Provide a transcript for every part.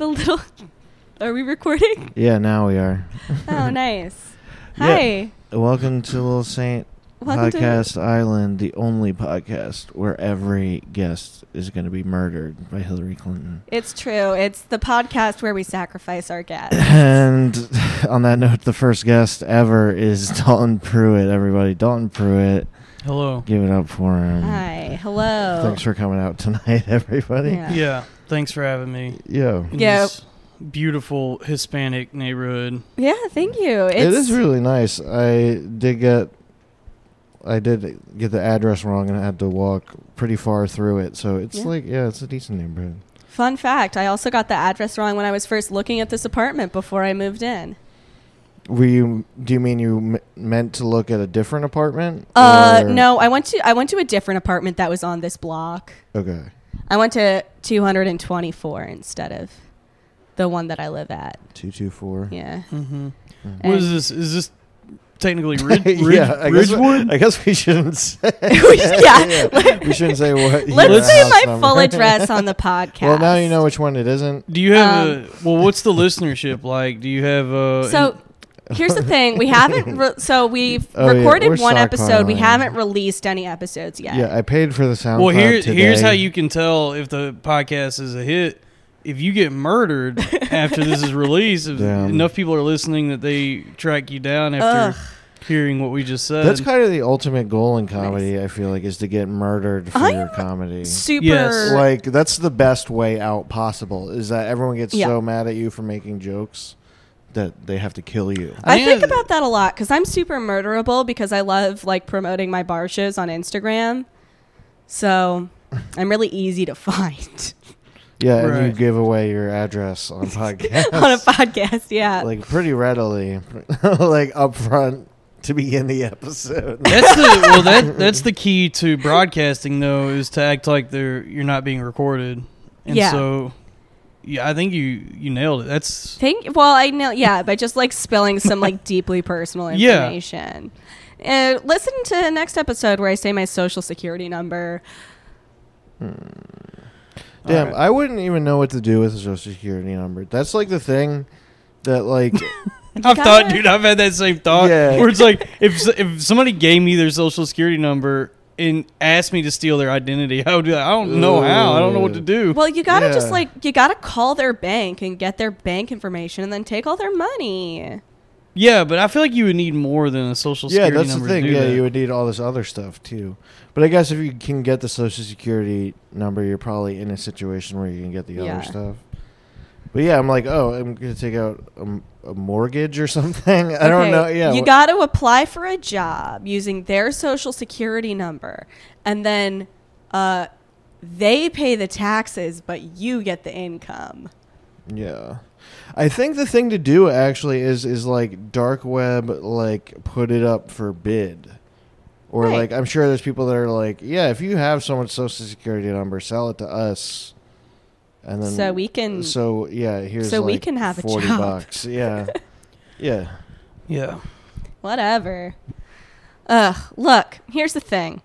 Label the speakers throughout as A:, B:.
A: the little. Are we recording?
B: Yeah, now we are.
A: Oh, nice.
B: Yeah.
A: Hi.
B: Welcome to Little Saint
A: Welcome
B: Podcast Island, the only podcast where every guest is going to be murdered by Hillary Clinton.
A: to. It's true. It's the podcast where we sacrifice our guests.
B: Hmm. And on that note, the first guest ever is Dalton Pruitt. Everybody, Dalton Pruitt,
C: Hello.
B: give it up for him.
A: Hi. Hello.
B: Thanks for coming out tonight, everybody.
A: Yeah.
C: Yeah. Thanks for having me.
B: Yo.
C: in
A: Yeah.
C: this Beautiful Hispanic neighborhood.
A: Yeah, thank you. It's,
B: it is really nice. I did get, I did get the address wrong, and I had to walk pretty far through it. So it's
A: Yeah.
B: like, yeah, it's a decent neighborhood.
A: Fun fact I also got the address wrong when I was first looking at this apartment before I moved in.
B: Were you? Do you mean you m- meant to look at a different apartment?
A: Uh,
B: or-
A: no, I went to I went to a different apartment that was on this block.
B: Okay.
A: I went to 224 instead of the one that I live at.
B: Two two four.
A: Yeah.
C: Mm-hmm.
B: Mm.
C: What is this? Is this technically Rid- Rid-
B: yeah, I guess,
C: Ridgewood?
B: I guess we shouldn't say.
A: yeah.
B: we shouldn't say what.
A: Let's
B: your
A: say
B: house
A: my
B: number-
A: full address on the podcast.
B: Well, now you know which one it isn't.
C: Do you have a well? What's the listenership like? Do you have a
A: Um, So here's the thing: we haven't. Re- so we've
B: Oh, yeah,
A: recorded
B: we're
A: one episode. We
B: stockpiling.
A: haven't released any episodes yet.
B: Yeah, I paid for the sound.
C: well? Here,
B: today.
C: here's how you can tell if the podcast is a hit. If you get murdered after this is released, if
B: Damn.
C: enough people are listening that they track you down after hearing what we just said.
B: That's kind of the ultimate goal in comedy. I feel like is to get murdered for
A: I'm
B: your comedy.
A: Super.
C: Yes.
B: Like that's the best way out possible. Is that everyone gets
A: Yeah.
B: so mad at you for making jokes that they have to kill you.
A: I
C: Yeah.
A: think about that a lot because I'm super murderable because I love like promoting my bar shows on Instagram. So I'm really easy to find
B: Yeah, and you
C: Right.
B: give away your address on podcast
A: on a podcast. Yeah.
B: like pretty readily, like up front to begin the episode.
C: That's the well. That that's the key to broadcasting, though, is to act like they're you're not being recorded. And
A: Yeah.
C: So, yeah, I think you you nailed it. That's
A: Think well, I know, yeah, but just like spilling some like deeply personal
C: Yeah.
A: information. Uh, listen to the next episode where I say my social security number.
B: Damn,
C: All right.
B: I wouldn't even know what to do with a social security number. That's like the thing that like
C: I've
A: gotta-
C: thought, dude. I've had that same thought.
B: Yeah.
C: Where it's like if s- if somebody gave me their social security number and asked me to steal their identity, I would be like, I don't know how. I don't know what to do.
A: Well, you gotta just
B: Yeah.
A: like you gotta call their bank and get their bank information and then take all their money.
C: yeah, but I feel like you would need more than a social
B: yeah,
C: security
B: that's the
C: number
B: thing.
C: to do
B: Yeah,
C: that.
B: you would need all this other stuff too. But I guess if you can get the social security number, you're probably in a situation where you can get the
A: Yeah.
B: other stuff. But yeah, I'm like, oh, I'm gonna take out a, m- a mortgage or something. I don't
A: Okay,
B: know. Yeah,
A: You
B: wh-
A: gotta apply for a job using their social security number and then uh they pay the taxes but you get the income.
B: Yeah. I think the thing to do actually is is like dark web like put it up for bid. Or
A: Right.
B: like I'm sure there's people that are like, yeah, if you have someone's social security number, sell it to us. And then
A: So we can-
B: So yeah, here's
A: so we
B: like
A: can have a
B: 40
A: job.
B: bucks. Yeah. yeah.
C: yeah.
A: Whatever. Ugh, look, here's the thing.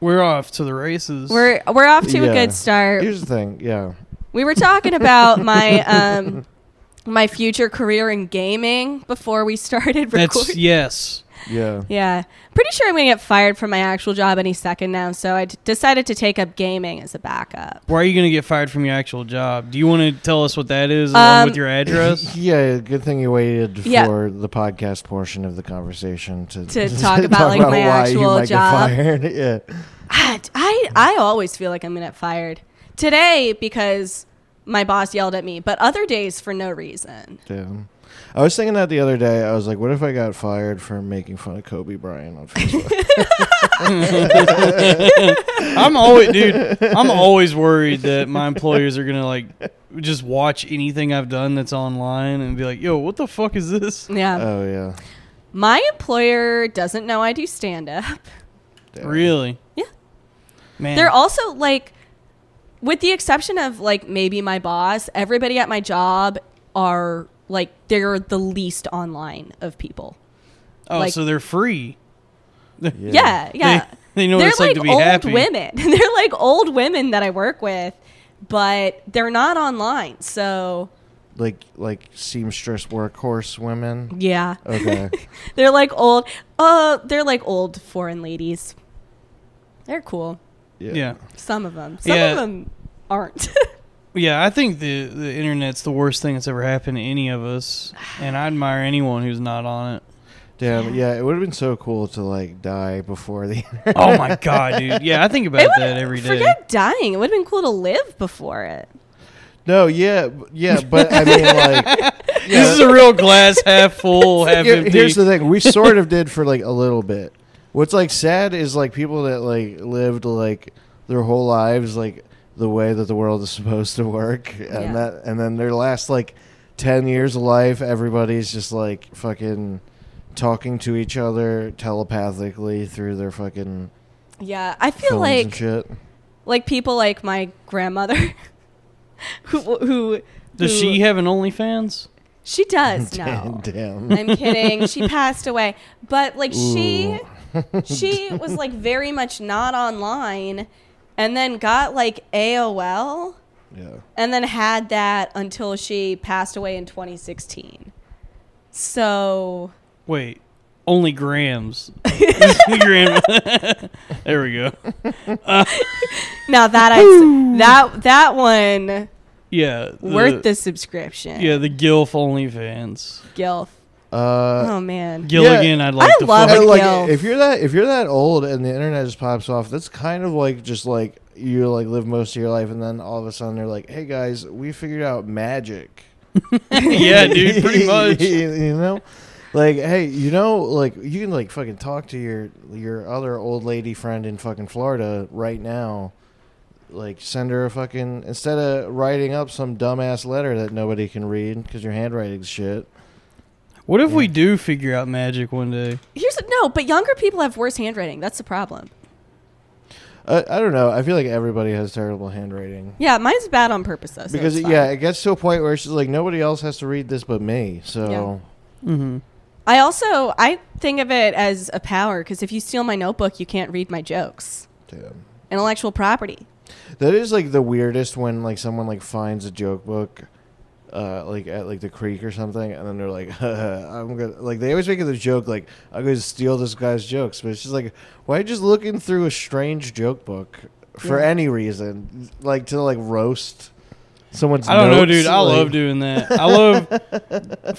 C: We're off to the races.
A: We're we're off to a
B: Yeah.
A: good start.
B: Here's the thing. Yeah.
A: We were talking about my um my future career in gaming before we started
C: that's
A: recording.
C: yes.
B: Yeah.
A: Yeah. Pretty sure I'm going to get fired from my actual job any second now, so I d- decided to take up gaming as a backup.
C: Why are you going to get fired from your actual job? Do you want to tell us what that is along
A: Um,
C: with your address?
B: Yeah, good thing you waited
A: Yeah.
B: for the podcast portion of the conversation to,
A: To talk about, like, my
B: why you
A: actual
B: might get
A: job.
B: fired. yeah.
A: I, I, I always feel like I'm going to get fired. Today, because my boss yelled at me, but other days for no reason.
B: Damn. I was thinking that the other day. I was like, what if I got fired for making fun of Kobe Bryant on Facebook?
C: I'm always, dude. I'm always worried that my employers are going to like just watch anything I've done that's online and be like, "Yo, what the fuck is this?"
A: Yeah.
B: oh, yeah.
A: my employer doesn't know I do stand up.
B: Damn.
C: Really?
A: Yeah.
C: Man.
A: They're also like, with the exception of like maybe my boss, everybody at my job are like, they're the least online of people.
C: oh,
A: like-
C: so they're free.
A: Yeah, yeah.
C: They, they know
A: they're
C: what it's like, to be
A: old
C: happy.
A: women. They're like old women that I work with but they're not online. So
B: Like like seamstress workhorse women.
A: yeah,
B: Okay.
A: they're like old. Uh, they're like old foreign ladies. They're cool.
B: Yeah.
C: yeah.
A: Some of them. Some
C: Yeah.
A: of them aren't.
C: Yeah, I think the the internet's the worst thing that's ever happened to any of us, and I admire anyone who's not on it.
B: Damn. Yeah. It would have been so cool to like die before the internet.
C: Oh my god, dude! Yeah, I think
A: It
C: about
A: would've-
C: that every day.
A: Forget dying. It would have been cool to live before it.
B: No. Yeah. b- Yeah. But I mean, like,
C: This is a real glass half full, half
B: here-
C: empty.
B: here's the thing. We sort of did for like a little bit. What's like sad is like people that like lived like their whole lives like the way that the world is supposed to work, and
A: Yeah.
B: that, and then their last like ten years of life, everybody's just like fucking talking to each other telepathically through their fucking
A: Yeah, I feel
B: phones
A: like
B: and shit.
A: like people like my grandmother, who who
C: Does
A: who-
C: she have an OnlyFans?
A: She does
B: Damn.
A: no. I'm kidding. She passed away, but like she
B: Ooh.
A: she was like very much not online, and then got like AOL,
B: yeah.
A: and then had that until she passed away in 2016. So
C: Wait, only grams. Gram- there we go.
A: now that I that that one
C: Yeah, the,
A: worth the subscription.
C: Yeah, the Gilf OnlyFans.
A: Gilf.
B: Uh,
A: Oh man.
C: Gilligan, I'd like
A: I
C: to
A: love
C: fuck.
A: it.
B: And, like
A: Gilf.
B: if you're that if you're that old and the internet just pops off, that's kind of like just like you like live most of your life and then all of a sudden they're like, hey guys, we figured out magic.
C: yeah, dude, pretty much.
B: you know, like hey, you know, like you can like fucking talk to your your other old lady friend in fucking Florida right now. Like send her a fucking instead of writing up some dumbass letter that nobody can read because your handwriting's shit.
C: What if we
B: Yeah.
C: do figure out magic one day?
A: Here's no, but younger people have worse handwriting. That's the problem.
B: I, I don't know. I feel like everybody has terrible handwriting.
A: Yeah, mine's bad on purpose though. So
B: because
A: it's
B: it,
A: fine.
B: yeah, it gets to a point where it's just like nobody else has to read this but me. So
C: Mm-hmm.
A: I also I think of it as a power because if you steal my notebook, you can't read my jokes.
B: Damn.
A: Intellectual property.
B: that is like the weirdest when like someone like finds a joke book, uh, like at like the creek or something, and then they're like, I'm gonna like they always make the joke like I'm gonna steal this guy's jokes, but it's just like why just looking through a strange joke book for
A: Yeah.
B: any reason, like to like roast someone's.
C: I don't know,
B: notes,
C: dude. I
B: like-
C: love doing that. I love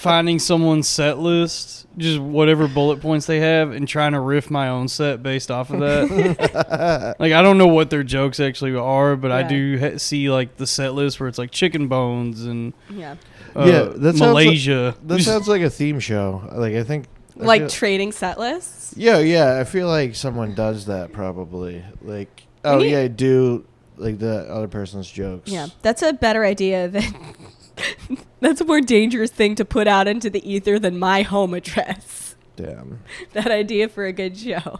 C: finding someone's set list, just whatever bullet points they have, and trying to riff my own set based off of that. like, I don't know what their jokes actually are, but I
A: Right.
C: do ha- see like the set list where it's like chicken bones and
A: Yeah,
C: uh,
B: Yeah, that sounds like-
C: Malaysia.
B: That sounds like a theme show. Like I think. I
A: like
B: feel-
A: trading set lists.
B: Yeah, yeah. I feel like someone does that probably. Like, oh
A: need-
B: yeah, do like the other person's jokes.
A: Yeah, that's a better idea than. that's a more dangerous thing to put out into the ether than my home address.
B: Damn.
A: That idea for a good show.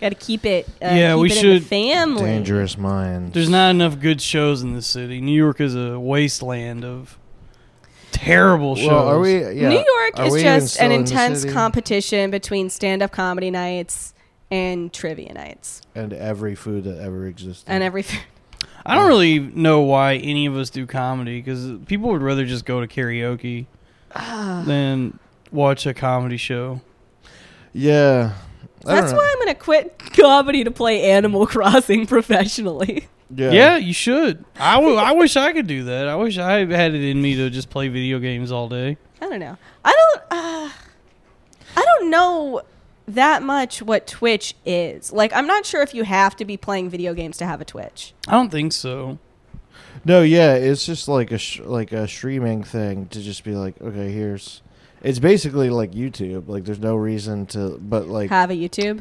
A: Got to keep it. Uh,
C: Yeah,
A: keep
C: we
A: it in
C: should-
A: the family.
B: Dangerous minds.
C: There's not enough good shows in this city. New York is a wasteland of terrible shows.
B: Well, are we? Yeah.
A: New York
B: Are we
A: is
B: even
A: just
B: still
A: an
B: in the
A: intense
B: city?
A: competition between stand up comedy nights and trivia nights
B: and every food that ever existed.
A: and everything.
C: I don't really know why any of us do comedy because people would rather just go to karaoke
B: Ah.
C: than watch a comedy show.
B: yeah. I
A: That's
B: don't know.
A: why I'm going to quit comedy to play Animal Crossing professionally.
B: Yeah.
C: Yeah, you should. I w- I wish I could do that. I wish I had it in me to just play video games all day.
A: I don't know. I don't. Uh, I don't know that much what Twitch is. Like, I'm not sure if you have to be playing video games to have a Twitch.
C: I don't think so.
B: No. Yeah. It's just like a sh- like a streaming thing to just be like, okay, here's. It's basically like YouTube. Like, there's no reason to, but like.
A: Have a YouTube.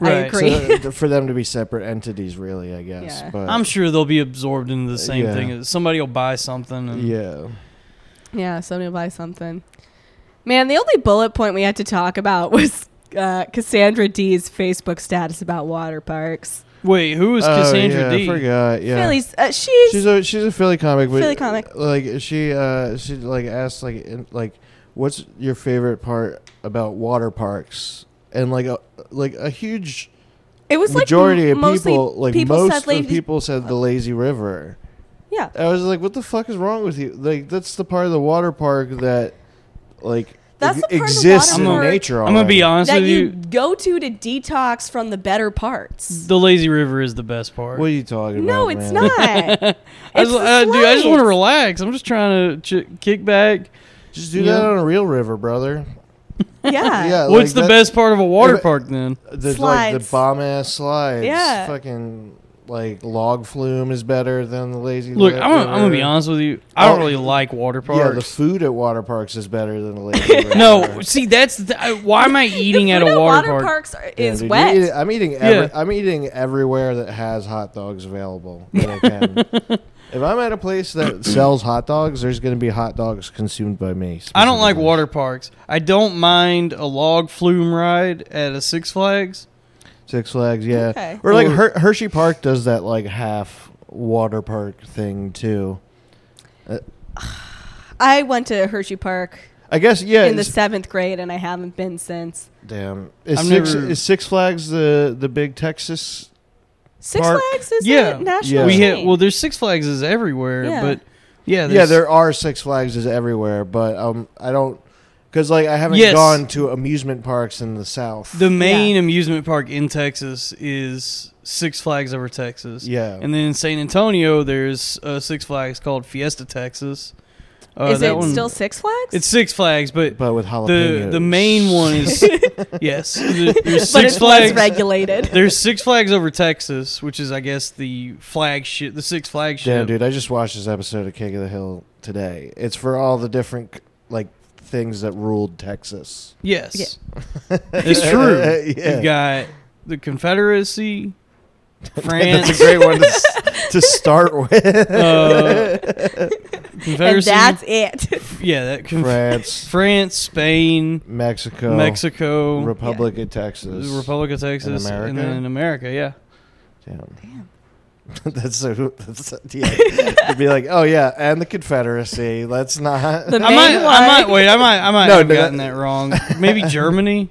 A: I
C: Right.
A: agree.
B: So for them to be separate entities, really, I guess.
A: Yeah.
B: But
C: I'm sure they'll be absorbed into the same
B: Uh, Yeah.
C: thing. Uh, Somebody will buy something. And
B: Yeah.
A: Yeah, somebody buy something. Man, the only bullet point we had to talk about was uh, Cassandra D's Facebook status about water parks.
C: Wait, who is Cassandra
B: oh, yeah,
C: D?
B: I forgot. Yeah.
A: Philly's, uh, she's,
B: She's a she's a Philly comic. But
A: Philly comic.
B: Like she uh she like asked like in, like what's your favorite part about water parks and like a like a huge
A: it was
B: majority
A: like m-
B: of
A: mostly
B: people like
A: people
B: most
A: said
B: of
A: lazy-
B: people said the lazy river
A: Yeah.
B: I was like, "What the fuck is wrong with you?" Like, that's the part of the water park that, like,
A: That's
B: ex-
A: the part of the
B: exists
A: water
B: in
C: park-
B: nature.
C: I'm gonna
B: already.
C: be honest
A: that
C: with
A: you,
C: you.
A: go to to detox from the better parts.
C: The lazy river is the best part.
B: What are you talking
A: No,
B: about?
A: it's
B: man?
A: not.
C: I
A: It's
C: just,
A: the
C: uh, dude, I just want to
A: slides.
C: relax. I'm just trying to ch- kick back.
B: Just do
C: Yeah.
B: that on a real river, brother.
A: yeah.
B: Yeah.
C: What's
B: like
C: the
B: that-
C: best part of a water
B: Yeah, but-
C: park then?
B: The, Like, the
A: Slides.
B: bomb ass slides.
A: Yeah.
B: Fucking like log flume is better than the lazy.
C: Look,
B: Li-
C: I'm gonna, I'm gonna be
B: River.
C: honest with you. I don't
B: Oh.
C: really like water
B: Yeah, the
C: parks.
B: food at water parks is better than the lazy. river.
C: no, see, that's the, I- why am I eating
A: The
C: at a
A: food
C: water, park?
A: parks are,
B: Yeah,
A: is
B: dude, you
A: wet.
B: eat- I'm eating. Every,
C: Yeah.
B: I'm eating everywhere that has hot dogs available. that I can. if I'm at a place that sells hot dogs, there's going to be hot dogs consumed by me.
C: I don't like
B: specifically.
C: water parks. I don't mind a log flume ride at a Six Flags.
B: Six Flags, yeah,
A: Okay.
B: or like
C: Or-
B: Her- Hershey Park does that like half water park thing too.
A: I went to Hershey Park
B: I guess yeah.
A: in the
B: it's-
A: seventh grade, and I haven't been since.
B: damn, is
C: I've
B: Six,
C: never-
B: is Six Flags the the big Texas?
A: Six
B: Park-
A: Flags is
C: Yeah.
A: a national.
B: Yeah.
C: We
A: chain.
C: had well, there's Six Flags is everywhere,
A: Yeah.
C: but yeah,
B: yeah,
C: there's-
B: there are Six Flags is everywhere, but um, I don't because like I haven't
C: Yes.
B: gone to amusement parks in the South.
C: The main
A: Yeah.
C: amusement park in Texas is Six Flags Over Texas.
B: Yeah.
C: And then in San Antonio, there's a Six Flags called Fiesta Texas. Uh,
A: is
C: that
A: it
C: one-
A: still Six Flags?
C: It's Six Flags, but
B: but with
C: the
B: jalapenos.
C: the main one is yes. the- There's
A: but
C: Six
A: it's less
C: Flags.
A: regulated.
C: There's Six Flags Over Texas, which is I guess the flagship, the Six Flagship.
B: Damn, dude! I just watched this episode of King of the Hill today. It's for all the different like things that ruled Texas.
C: Yes, it's true.
B: Yeah.
C: You've got the Confederacy,
B: That's a
C: France,
B: great one to, s- to start with.
C: uh,
A: and
C: Confederacy.
A: that's it.
C: yeah, that conf-
B: France,
C: France, Spain,
B: Mexico,
C: Mexico,
B: Republic of
C: the
B: Texas.
C: Republic of Texas,
B: America?
C: and then America. Yeah,
B: Damn. that's so. That's, yeah. to be like, oh yeah, and the Confederacy. Let's not.
A: The
C: I might,
A: main
C: I might
A: one.
C: wait. I might, I might
B: No,
C: have
B: no,
C: gotten
B: that-
C: that wrong. Maybe Germany.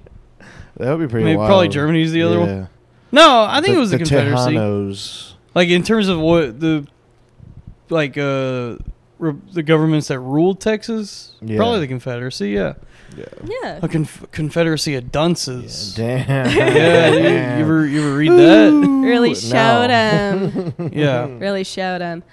B: that would be pretty.
C: Maybe
B: wild.
C: probably Germany's the other one.
B: Yeah.
C: No, I think it was the,
B: the
C: Confederacy.
B: Tejanos.
C: Like in terms of what the, like uh, re- the governments that ruled Texas,
B: Yeah.
C: probably the Confederacy. Yeah,
B: Yeah.
A: Yeah.
C: a conf- Confederacy of dunces.
B: Damn.
C: Yeah, you-
B: Damn.
C: you, ever you ever read that?
A: Really
B: No.
A: showed him.
C: Yeah,
A: really showed him.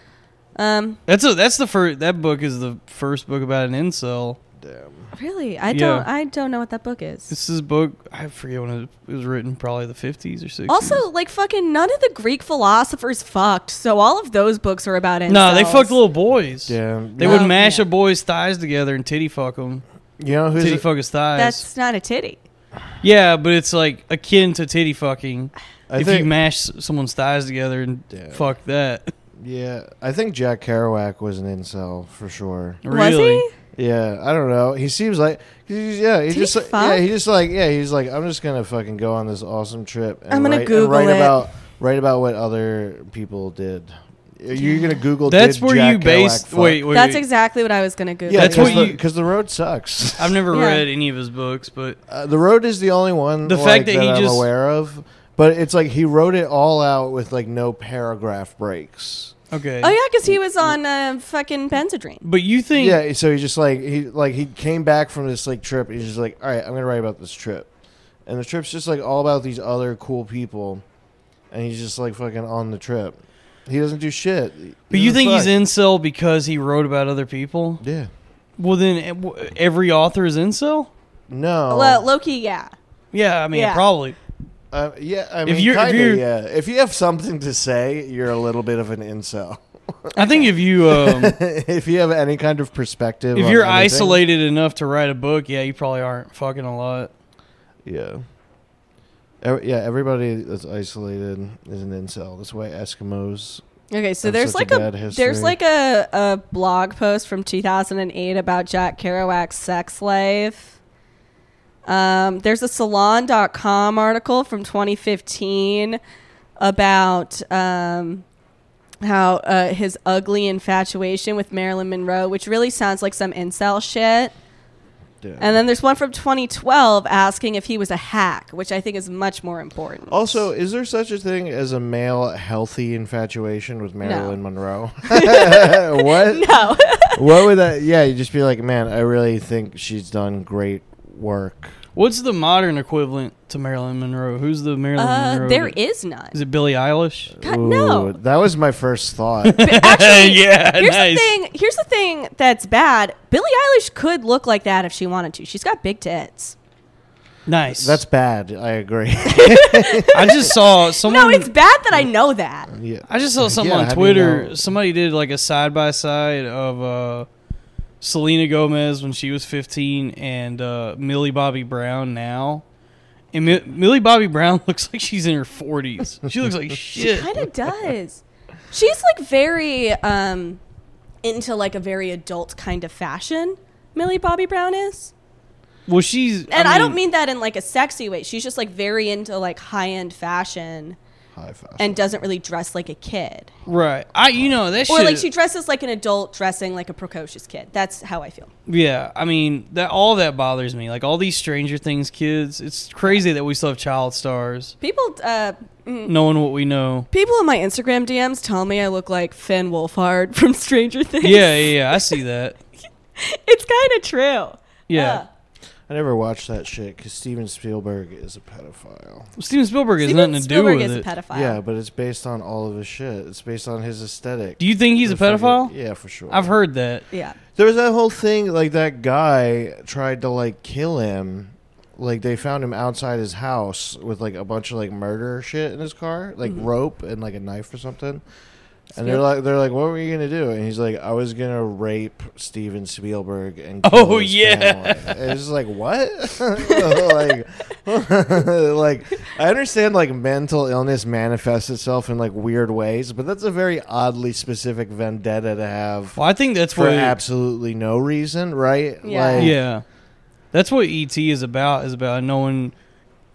A: Um,
C: that's a that's the first that book is the first book about an incel.
B: Damn.
A: really, I
C: Yeah.
A: don't. I don't know what that book is.
C: This is book I forget when it it was written, probably the fifties or sixties.
A: Also, like fucking none of the Greek philosophers fucked, so all of those books are about incels.
C: no, they fucked little boys.
B: Damn.
C: They
A: Yeah.
C: would
A: Oh,
C: mash
A: yeah.
C: a boy's thighs together and titty fuck him.
B: You know who's
C: Titty
B: a-
C: fuck his thighs.
A: That's not a titty.
C: yeah, but it's like akin to titty fucking.
B: I
C: if
B: think
C: you mash s- someone's thighs together and
B: Damn.
C: fuck that,
B: yeah, I think Jack Kerouac was an incel for sure.
A: Was
C: really?
A: he?
B: Yeah, I don't know. He seems like 'cause he's, yeah, he
A: Did he
B: just like,
A: fuck?
B: yeah, he just like yeah, he's like I'm just gonna fucking go on this awesome trip. And
A: I'm gonna
B: write, and
A: Google
B: write
A: it."
B: about write about what other people did. You're gonna Google.
C: That's
B: did
C: where
B: Jack
C: you
B: Kerouac
C: base.
B: fuck?
C: Wait, wait.
A: That's
C: wait.
A: exactly what I was gonna Google.
B: Yeah,
C: That's
B: that's
C: what
B: what
C: you-
B: because the road sucks.
C: I've never
A: Yeah.
C: read any of his books, but
B: Uh, the road is the only one
C: The
B: like,
C: fact that he
B: I'm
C: just-
B: aware of, but it's like he wrote it all out with like no paragraph breaks.
C: okay.
A: Oh yeah, because he was on uh, fucking benzodrine.
C: But you think?
B: Yeah, so he just like he like he came back from this like trip. He's just like, all right, I'm gonna write about this trip, and the trip's just like all about these other cool people, and he's just like fucking on the trip. He doesn't do shit.
C: But you think he's incel because he wrote about other people?
B: Yeah.
C: Well, then e- w- every author is incel.
B: No.
A: Well, Loki, yeah.
C: Yeah, I mean
A: Yeah.
C: probably.
B: uh, yeah. I
C: if
B: mean,
C: you're- if
B: kinda,
C: you're-
B: yeah. If you have something to say, you're a little bit of an incel.
C: I think if you um,
B: if you have any kind of perspective,
C: if
B: on
C: you're
B: anything-
C: isolated enough to write a book, yeah, you probably aren't fucking a lot.
B: yeah. Ev- Yeah, everybody that's isolated is an incel. That's why Eskimos.
A: Okay, so
B: That's
A: there's
B: such
A: like
B: a
A: a,
B: bad history.
A: there's like a, a blog post from 2008 about Jack Kerouac's sex life. Um, there's a salon.com article from 2015 about um, how uh, his ugly infatuation with Marilyn Monroe, which really sounds like some incel shit.
B: Yeah.
A: And then there's one from 2012 asking if he was a hack, which I think is much more important.
B: also, is there such a thing as a male healthy infatuation with Marilyn Monroe? what?
A: no.
B: What would that? Yeah, you just be like, man, I really think she's done great work.
C: What's the modern equivalent to Marilyn Monroe? Who's the Marilyn
A: uh,
C: Monroe?
A: there
C: that-
A: is none.
C: Is it Billie Eilish?
B: Uh,
A: God, no.
B: that was my first thought.
A: But actually,
C: Yeah,
A: here's the
C: nice.
A: thing. Here's the thing that's bad. Billie Eilish could look like that if she wanted to. She's got big tits.
C: Nice.
B: That's bad. I agree.
C: I just saw someone.
A: No, it's bad that I know that.
B: yeah.
C: I just saw something
B: Yeah,
C: on
B: how do you
C: Twitter.
B: know?
C: Somebody did like a side by side of uh, Selena Gomez when she was 15 and uh, Millie Bobby Brown now. And Mi- Millie Bobby Brown looks like she's in her 40s. She looks like shit.
A: Kind of does. She's like very um into like a very adult kind of fashion. Millie Bobby Brown is.
C: Well, she's.
A: And I, don't mean that in like a sexy way. She's just like very into like high-end fashion
B: High five.
A: and doesn't really dress like a kid.
C: Right. I. You know, that
A: Or
C: shit.
A: like she dresses like an adult dressing like a precocious kid. That's how I feel.
C: Yeah, I mean that all that bothers me. Like all these Stranger Things kids, it's crazy that we still have child stars,
A: People uh mm,
C: knowing what we know.
A: People in my Instagram DMs tell me I look like Finn Wolfhard from Stranger Things.
C: Yeah, yeah, yeah. I see that.
A: It's kind of true. Uh,
C: Yeah,
B: I never watched that shit because Steven Spielberg is a pedophile.
C: Steven Spielberg has
A: Steven
C: nothing to
A: Spielberg
C: do
A: is
C: with
A: a
C: it.
A: pedophile.
B: Yeah, but it's based on all of his shit. It's based on his aesthetic.
C: Do you think he's a
B: The fucking-
C: pedophile?
B: Yeah, for sure.
C: I've heard that.
A: Yeah.
B: There was that whole thing, like that guy tried to like kill him. Like they found him outside his house with like a bunch of like murder shit in his car, like
C: Mm-hmm.
B: rope and like a knife or something. And they're
A: Spiel-
B: like, they're like, what were you gonna do? And he's like, I was gonna rape Steven Spielberg and
C: Oh,
B: kill his
C: yeah.
B: family." And it's just like what? like, like I understand like mental illness manifests itself in like weird ways, but that's a very oddly specific vendetta to have
C: Well, I think that's
B: for
C: what.
B: absolutely no reason, right?
A: Yeah.
B: Like,
C: Yeah, that's what ET is about. Is about no one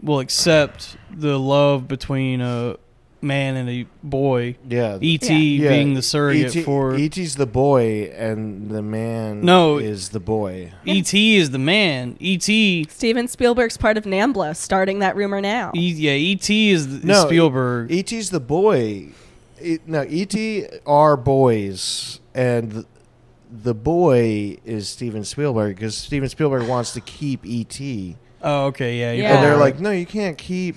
C: will accept the love between a man and a boy.
B: yeah. E
C: ET
A: Yeah.
C: being the surrogate
B: ET
C: for
B: ET's the boy, and the man
C: No.
B: is the boy.
C: ET E is the man. E ET
A: Steven Spielberg's part of NAMBLA, starting that rumor now.
C: E, yeah, E.T. is, is
B: No, E
C: Spielberg.
B: ET's the boy. It, no, ET are boys, and the boy is Steven Spielberg because Steven Spielberg wants to keep ET,
C: oh, okay, yeah. you're
A: Yeah.
B: and they're
C: right.
B: like, no, you can't keep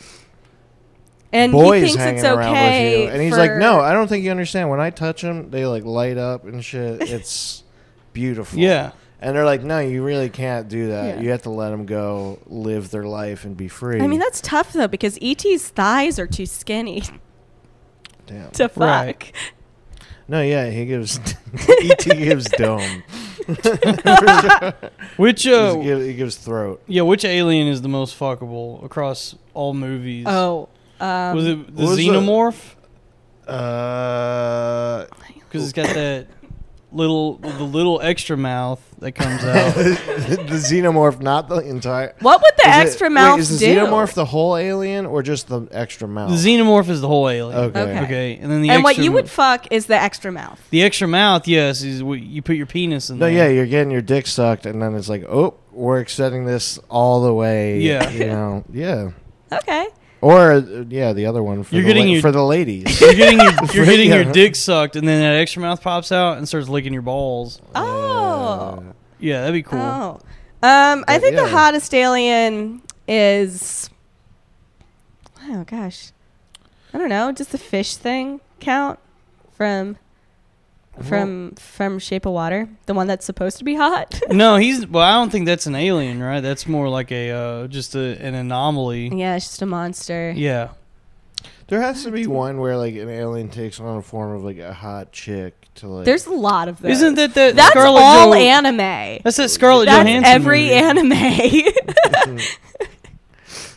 A: And
B: boys
A: he thinks
B: hanging
A: it's
B: around
A: okay.
B: with you. And he's
A: for-
B: like, no, I don't think you understand. When I touch them, they like light up and shit. It's beautiful.
C: yeah.
B: And they're like, no, you really can't do that.
A: Yeah.
B: You have to let them go, live their life, and be free.
A: I mean, that's tough though because ET's thighs are too skinny
B: damn.
A: to fuck.
C: Right.
B: No, yeah, he gives. Et gives dome.
C: Which
B: he,
C: uh,
B: gives, he gives throat.
C: yeah, which alien is the most fuckable across all movies?
A: Oh, um,
C: was it the
B: What was the-
C: xenomorph?
B: Uh,
C: Because it's got that little the little extra mouth that comes out.
B: the xenomorph, not the entire.
A: what would the
B: Is it-
A: extra mouth
B: wait, is the
A: do?
B: xenomorph the whole alien or just the extra mouth?
C: the xenomorph is the whole alien.
B: Okay.
A: Okay.
C: Okay, and then the
A: and
C: extra,
A: what you would fuck is the extra mouth.
C: the extra mouth, yes, is what you put your penis in.
B: No, yeah,
C: there.
B: you're getting your dick sucked, and then it's like, oh, we're extending this all the way.
C: Yeah.
B: you know, yeah.
A: Okay.
B: Or uh, yeah, the other one for
C: You're
B: the
C: getting
B: la-
C: your-
B: for the ladies.
C: You're getting your, you're getting your
B: Yeah.
C: dick sucked, and then that extra mouth pops out and starts licking your balls.
A: Oh.
B: Uh,
C: Yeah, that'd be cool.
A: Oh. Um, I
B: But
A: think the
B: yeah.
A: hottest alien is. Oh gosh, I don't know. Does the fish thing count from from from Shape of Water? The one that's supposed to be hot.
C: No, he's well. I don't think that's an alien, right? That's more like a uh, just a, an anomaly.
A: yeah, it's just a monster.
C: Yeah,
B: there has to be one where like an alien takes on a form of like a hot chick to like.
A: There's a lot of those.
C: isn't that that
A: that's
C: Scarlett
A: all
C: Jo-
A: anime?
C: That's that Scarlett
A: That's
C: Johansson.
A: every
C: movie.
A: anime.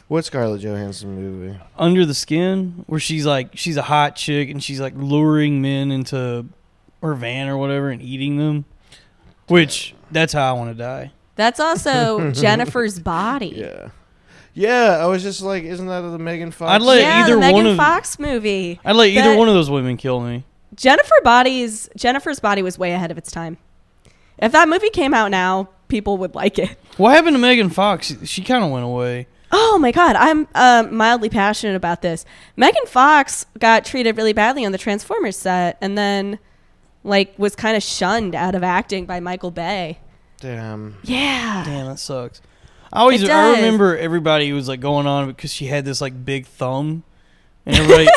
B: what Scarlett Johansson movie?
C: under the skin, where she's like she's a hot chick and she's like luring men into her van or whatever and eating them. Which that's how I want to die.
A: that's also Jennifer's body.
B: Yeah, yeah. I was just like, isn't that the Megan Fox?
C: I'd let-
A: Yeah,
C: either
A: the Megan
C: one of-
A: Fox movie.
C: I'd let either
A: That-
C: one of those women kill me.
A: Jennifer body's Jennifer's body was way ahead of its time. If that movie came out now, people would like it.
C: What happened to Megan Fox? She kind of went away.
A: Oh my God, I'm um, mildly passionate about this. Megan Fox got treated really badly on the Transformers set, and then like was kind of shunned out of acting by Michael Bay.
B: Damn.
A: Yeah.
C: Damn, that sucks. I always
A: It
C: I
A: does.
C: remember everybody was like going on because she had this like big thumb, and everybody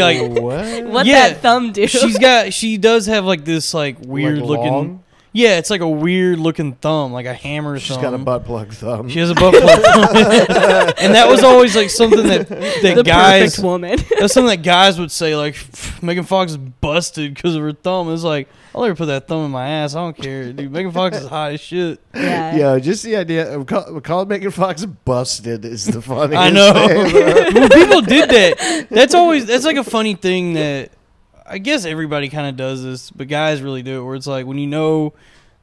C: like
B: what?
A: What
C: Yeah.
A: that thumb do?
C: she's got she does have like this like weird looking
B: long?
C: yeah it's like a weird looking thumb like a hammer
B: She's
C: thumb.
B: got a butt plug thumb.
C: She has a butt plug, and that was always like something that that
A: the
C: guys
A: perfect woman.
C: that's something that guys would say like Megan Fox is busted because of her thumb. It's like I'll never put that thumb in my ass. I don't care, dude. Megan Fox is hot as shit.
A: yeah.
B: Yo, just the idea of call, call Megan Fox busted is the funniest.
C: I know.
B: thing.
C: Well, people did that. That's always that's like a funny thing that I guess everybody kind of does this, but guys really do it. Where it's like when you know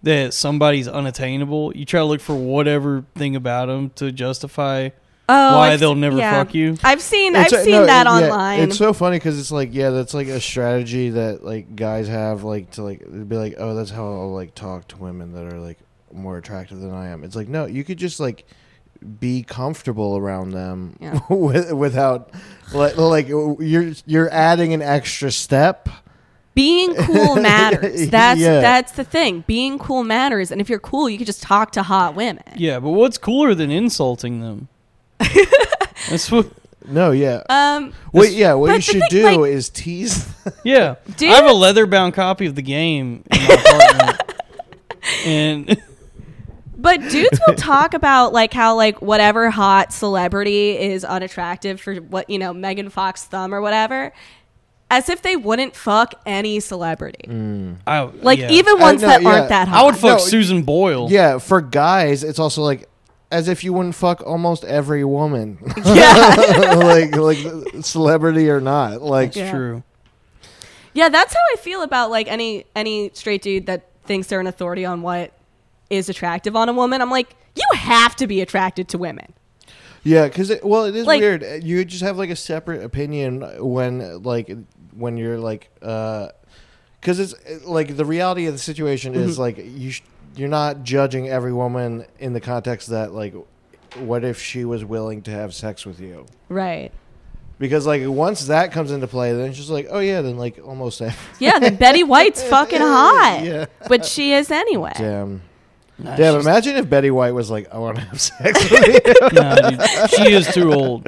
C: that somebody's unattainable, you try to look for whatever thing about them to justify
A: Oh,
C: why
A: I've-
C: they'll never
A: yeah.
C: fuck you.
A: I've seen
B: It's
A: I've
B: a-
A: seen
B: no,
A: that
B: yeah,
A: online.
B: It's so funny because it's like, yeah, that's like a strategy that like guys have, like to like be like, oh, that's how I'll like talk to women that are like more attractive than I am. It's like, no, you could just like be comfortable around them
A: Yeah.
B: with, without like, like you're you're adding an extra step.
A: Being cool matters. That's
B: Yeah.
A: that's the thing. Being cool matters, and if you're cool, you can just talk to hot women.
C: Yeah, but what's cooler than insulting them? that's what.
B: No, yeah.
A: Um,
B: Wait, yeah. What
A: but
B: you
A: the
B: should
A: thing,
B: do
A: like-
B: is tease.
C: Yeah,
A: Dude.
C: I have a leather bound copy of the game in my apartment, and
A: but dudes will talk about like how like whatever hot celebrity is unattractive for what you know Megan Fox thumb or whatever, as if they wouldn't fuck any celebrity,
C: I
A: like
C: yeah.
A: even ones
B: no,
A: that
B: Mm. yeah.
A: aren't that hot.
C: I would
B: No,
C: fuck Susan Boyle.
B: Yeah, for guys, it's also like as if you wouldn't fuck almost every woman.
A: yeah,
B: like like celebrity or not. Like
A: Yeah.
C: True.
A: yeah. That's how I feel about like any any straight dude that thinks they're an authority on what is attractive on a woman. I'm like, you have to be attracted to women.
B: yeah, cuz it, well it is
A: Like-
B: weird. You just have like a separate opinion when like when you're like uh cuz it's like the reality of the situation
A: Mm-hmm.
B: is like you sh- you're not judging every woman in the context that like what if she was willing to have sex with you?
A: Right.
B: Because like once that comes into play, then it's just like, oh yeah, then like almost every
A: Yeah, then Betty White's fucking hot.
B: Yeah.
A: But she is anyway.
B: damn.
C: Nah,
B: Damn,
C: she's-
B: imagine if Betty White was like, I want to have sex with you.
C: nah, dude, she is too old.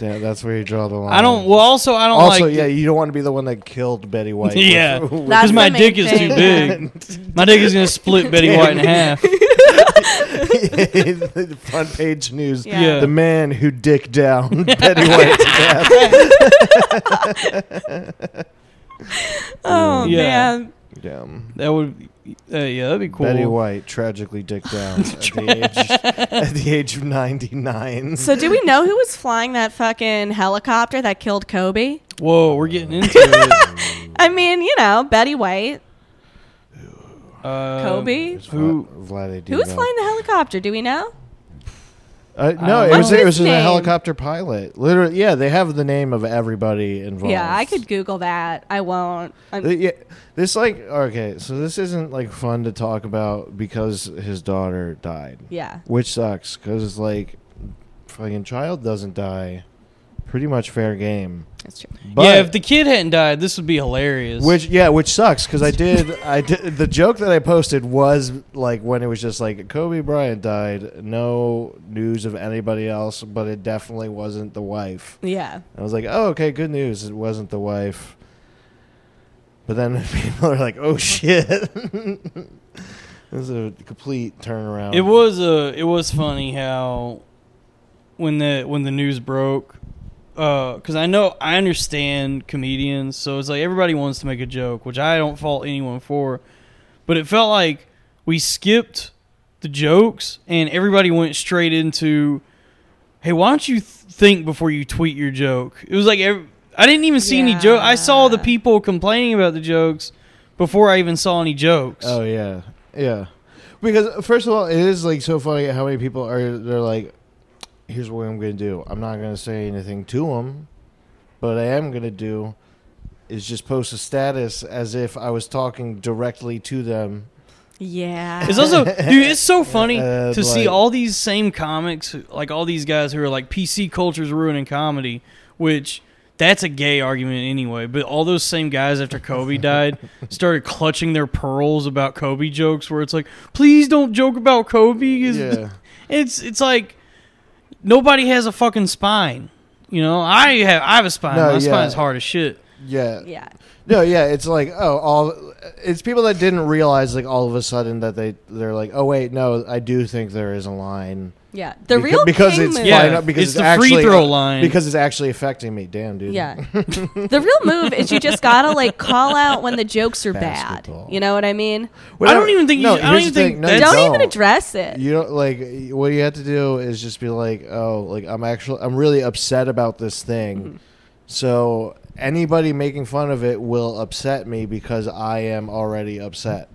B: Damn, that's where you draw the line.
C: I don't. Well, also I don't
B: Um, Also,
C: like.
B: yeah, you don't want to be the one that killed Betty White.
C: Yeah.
B: With- with-
A: That's
C: because my
A: the
C: dick
A: main
C: is too
A: thing,
C: big. my dick is gonna split Betty White in half.
B: the front page news.
A: Yeah.
C: Yeah.
B: The man who dicked down Betty White to death. Mm,
A: Oh
C: Yeah.
A: man.
B: Damn.
C: That would. Uh, yeah, that'd be cool.
B: Betty White tragically dicked down at, the age, at the age of 99.
A: So do we know who was flying that fucking helicopter that killed Kobe?
C: Whoa, we're getting into it.
A: I mean, you know, Betty White.
C: Uh,
A: Kobe?
B: It's
C: Who-
B: Vla- Vlade
A: who was
B: Divac.
A: flying the helicopter? Do we know?
B: Uh, no,
C: I
B: it
C: don't
B: was
A: know.
B: it was a
A: What's his name?
B: helicopter pilot. Literally, yeah, they have the name of everybody involved.
A: Yeah, I could Google that. I won't. I'm,
B: Th- Yeah, this like okay, so this isn't like fun to talk about because his daughter died,
A: yeah.
B: which sucks because it's like fucking child doesn't die, pretty much fair game.
A: That's true.
B: But
C: yeah, if the kid hadn't died, this would be hilarious.
B: which yeah, which sucks because I did I did the joke that I posted was like when it was just like Kobe Bryant died, no news of anybody else, but it definitely wasn't the wife.
A: Yeah.
B: I was like, oh, okay, good news. It wasn't the wife. But then people are like, oh, shit. this is a complete turnaround.
C: It was uh it was funny how when the when the news broke because I know I understand comedians, so it's like everybody wants to make a joke, which I don't fault anyone for. But it felt like we skipped the jokes and everybody went straight into, "Hey, why don't you th- think before you tweet your joke?" It was like ev- I didn't even see any joke. I saw the
A: Yeah.
C: people complaining about the jokes before I even saw any jokes.
B: Oh, yeah. Yeah. Because, first of all, it is like so funny how many people are, they're like, here's what I'm going to do. I'm not going to say anything to them, but I am going to do is just post a status as if I was talking directly to them
A: Yeah.
C: It's also, dude, it's so funny
B: Uh,
C: to see
B: like-
C: all these same comics, who- like all these guys who are like PC culture's ruining comedy, which that's a gay argument anyway. But all those same guys after Kobe died started clutching their pearls about Kobe jokes, where it's like, please don't joke about Kobe. It's,
B: Yeah.
C: it's it's like nobody has a fucking spine. You know, I have I have a spine.
B: No,
C: My
B: yeah.
C: spine's hard as shit.
B: Yeah.
A: yeah.
B: No, yeah, it's like oh, all it's people that didn't realize like all of a sudden that they they're like oh wait no I do think there is a line
A: Yeah. The
B: Beca-
A: real
B: because
A: King
B: it's
A: move.
C: Yeah.
B: fine, because
C: It's
B: it's
C: the free
B: actually-
C: throw line.
B: because it's actually affecting me. Damn dude.
A: Yeah. the real move is you just gotta like call out when the jokes are
B: Basketball.
A: bad. You know what I mean?
B: Well,
C: I don't even think you- I don't
B: here's the
C: even think
B: No,
C: that's-
B: you
A: Don't, even address it.
B: You don't like what you have to do is just be like, oh, like I'm actually I'm really upset about this thing.
A: Mm-hmm.
B: So anybody making fun of it will upset me because I am already upset.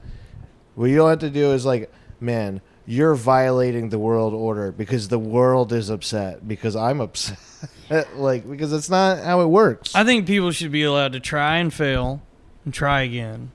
B: What you don't have to do is like, man, you're violating the world order because the world is upset because I'm upset. like because that's not how it works.
C: I think people should be allowed to try and fail and try again.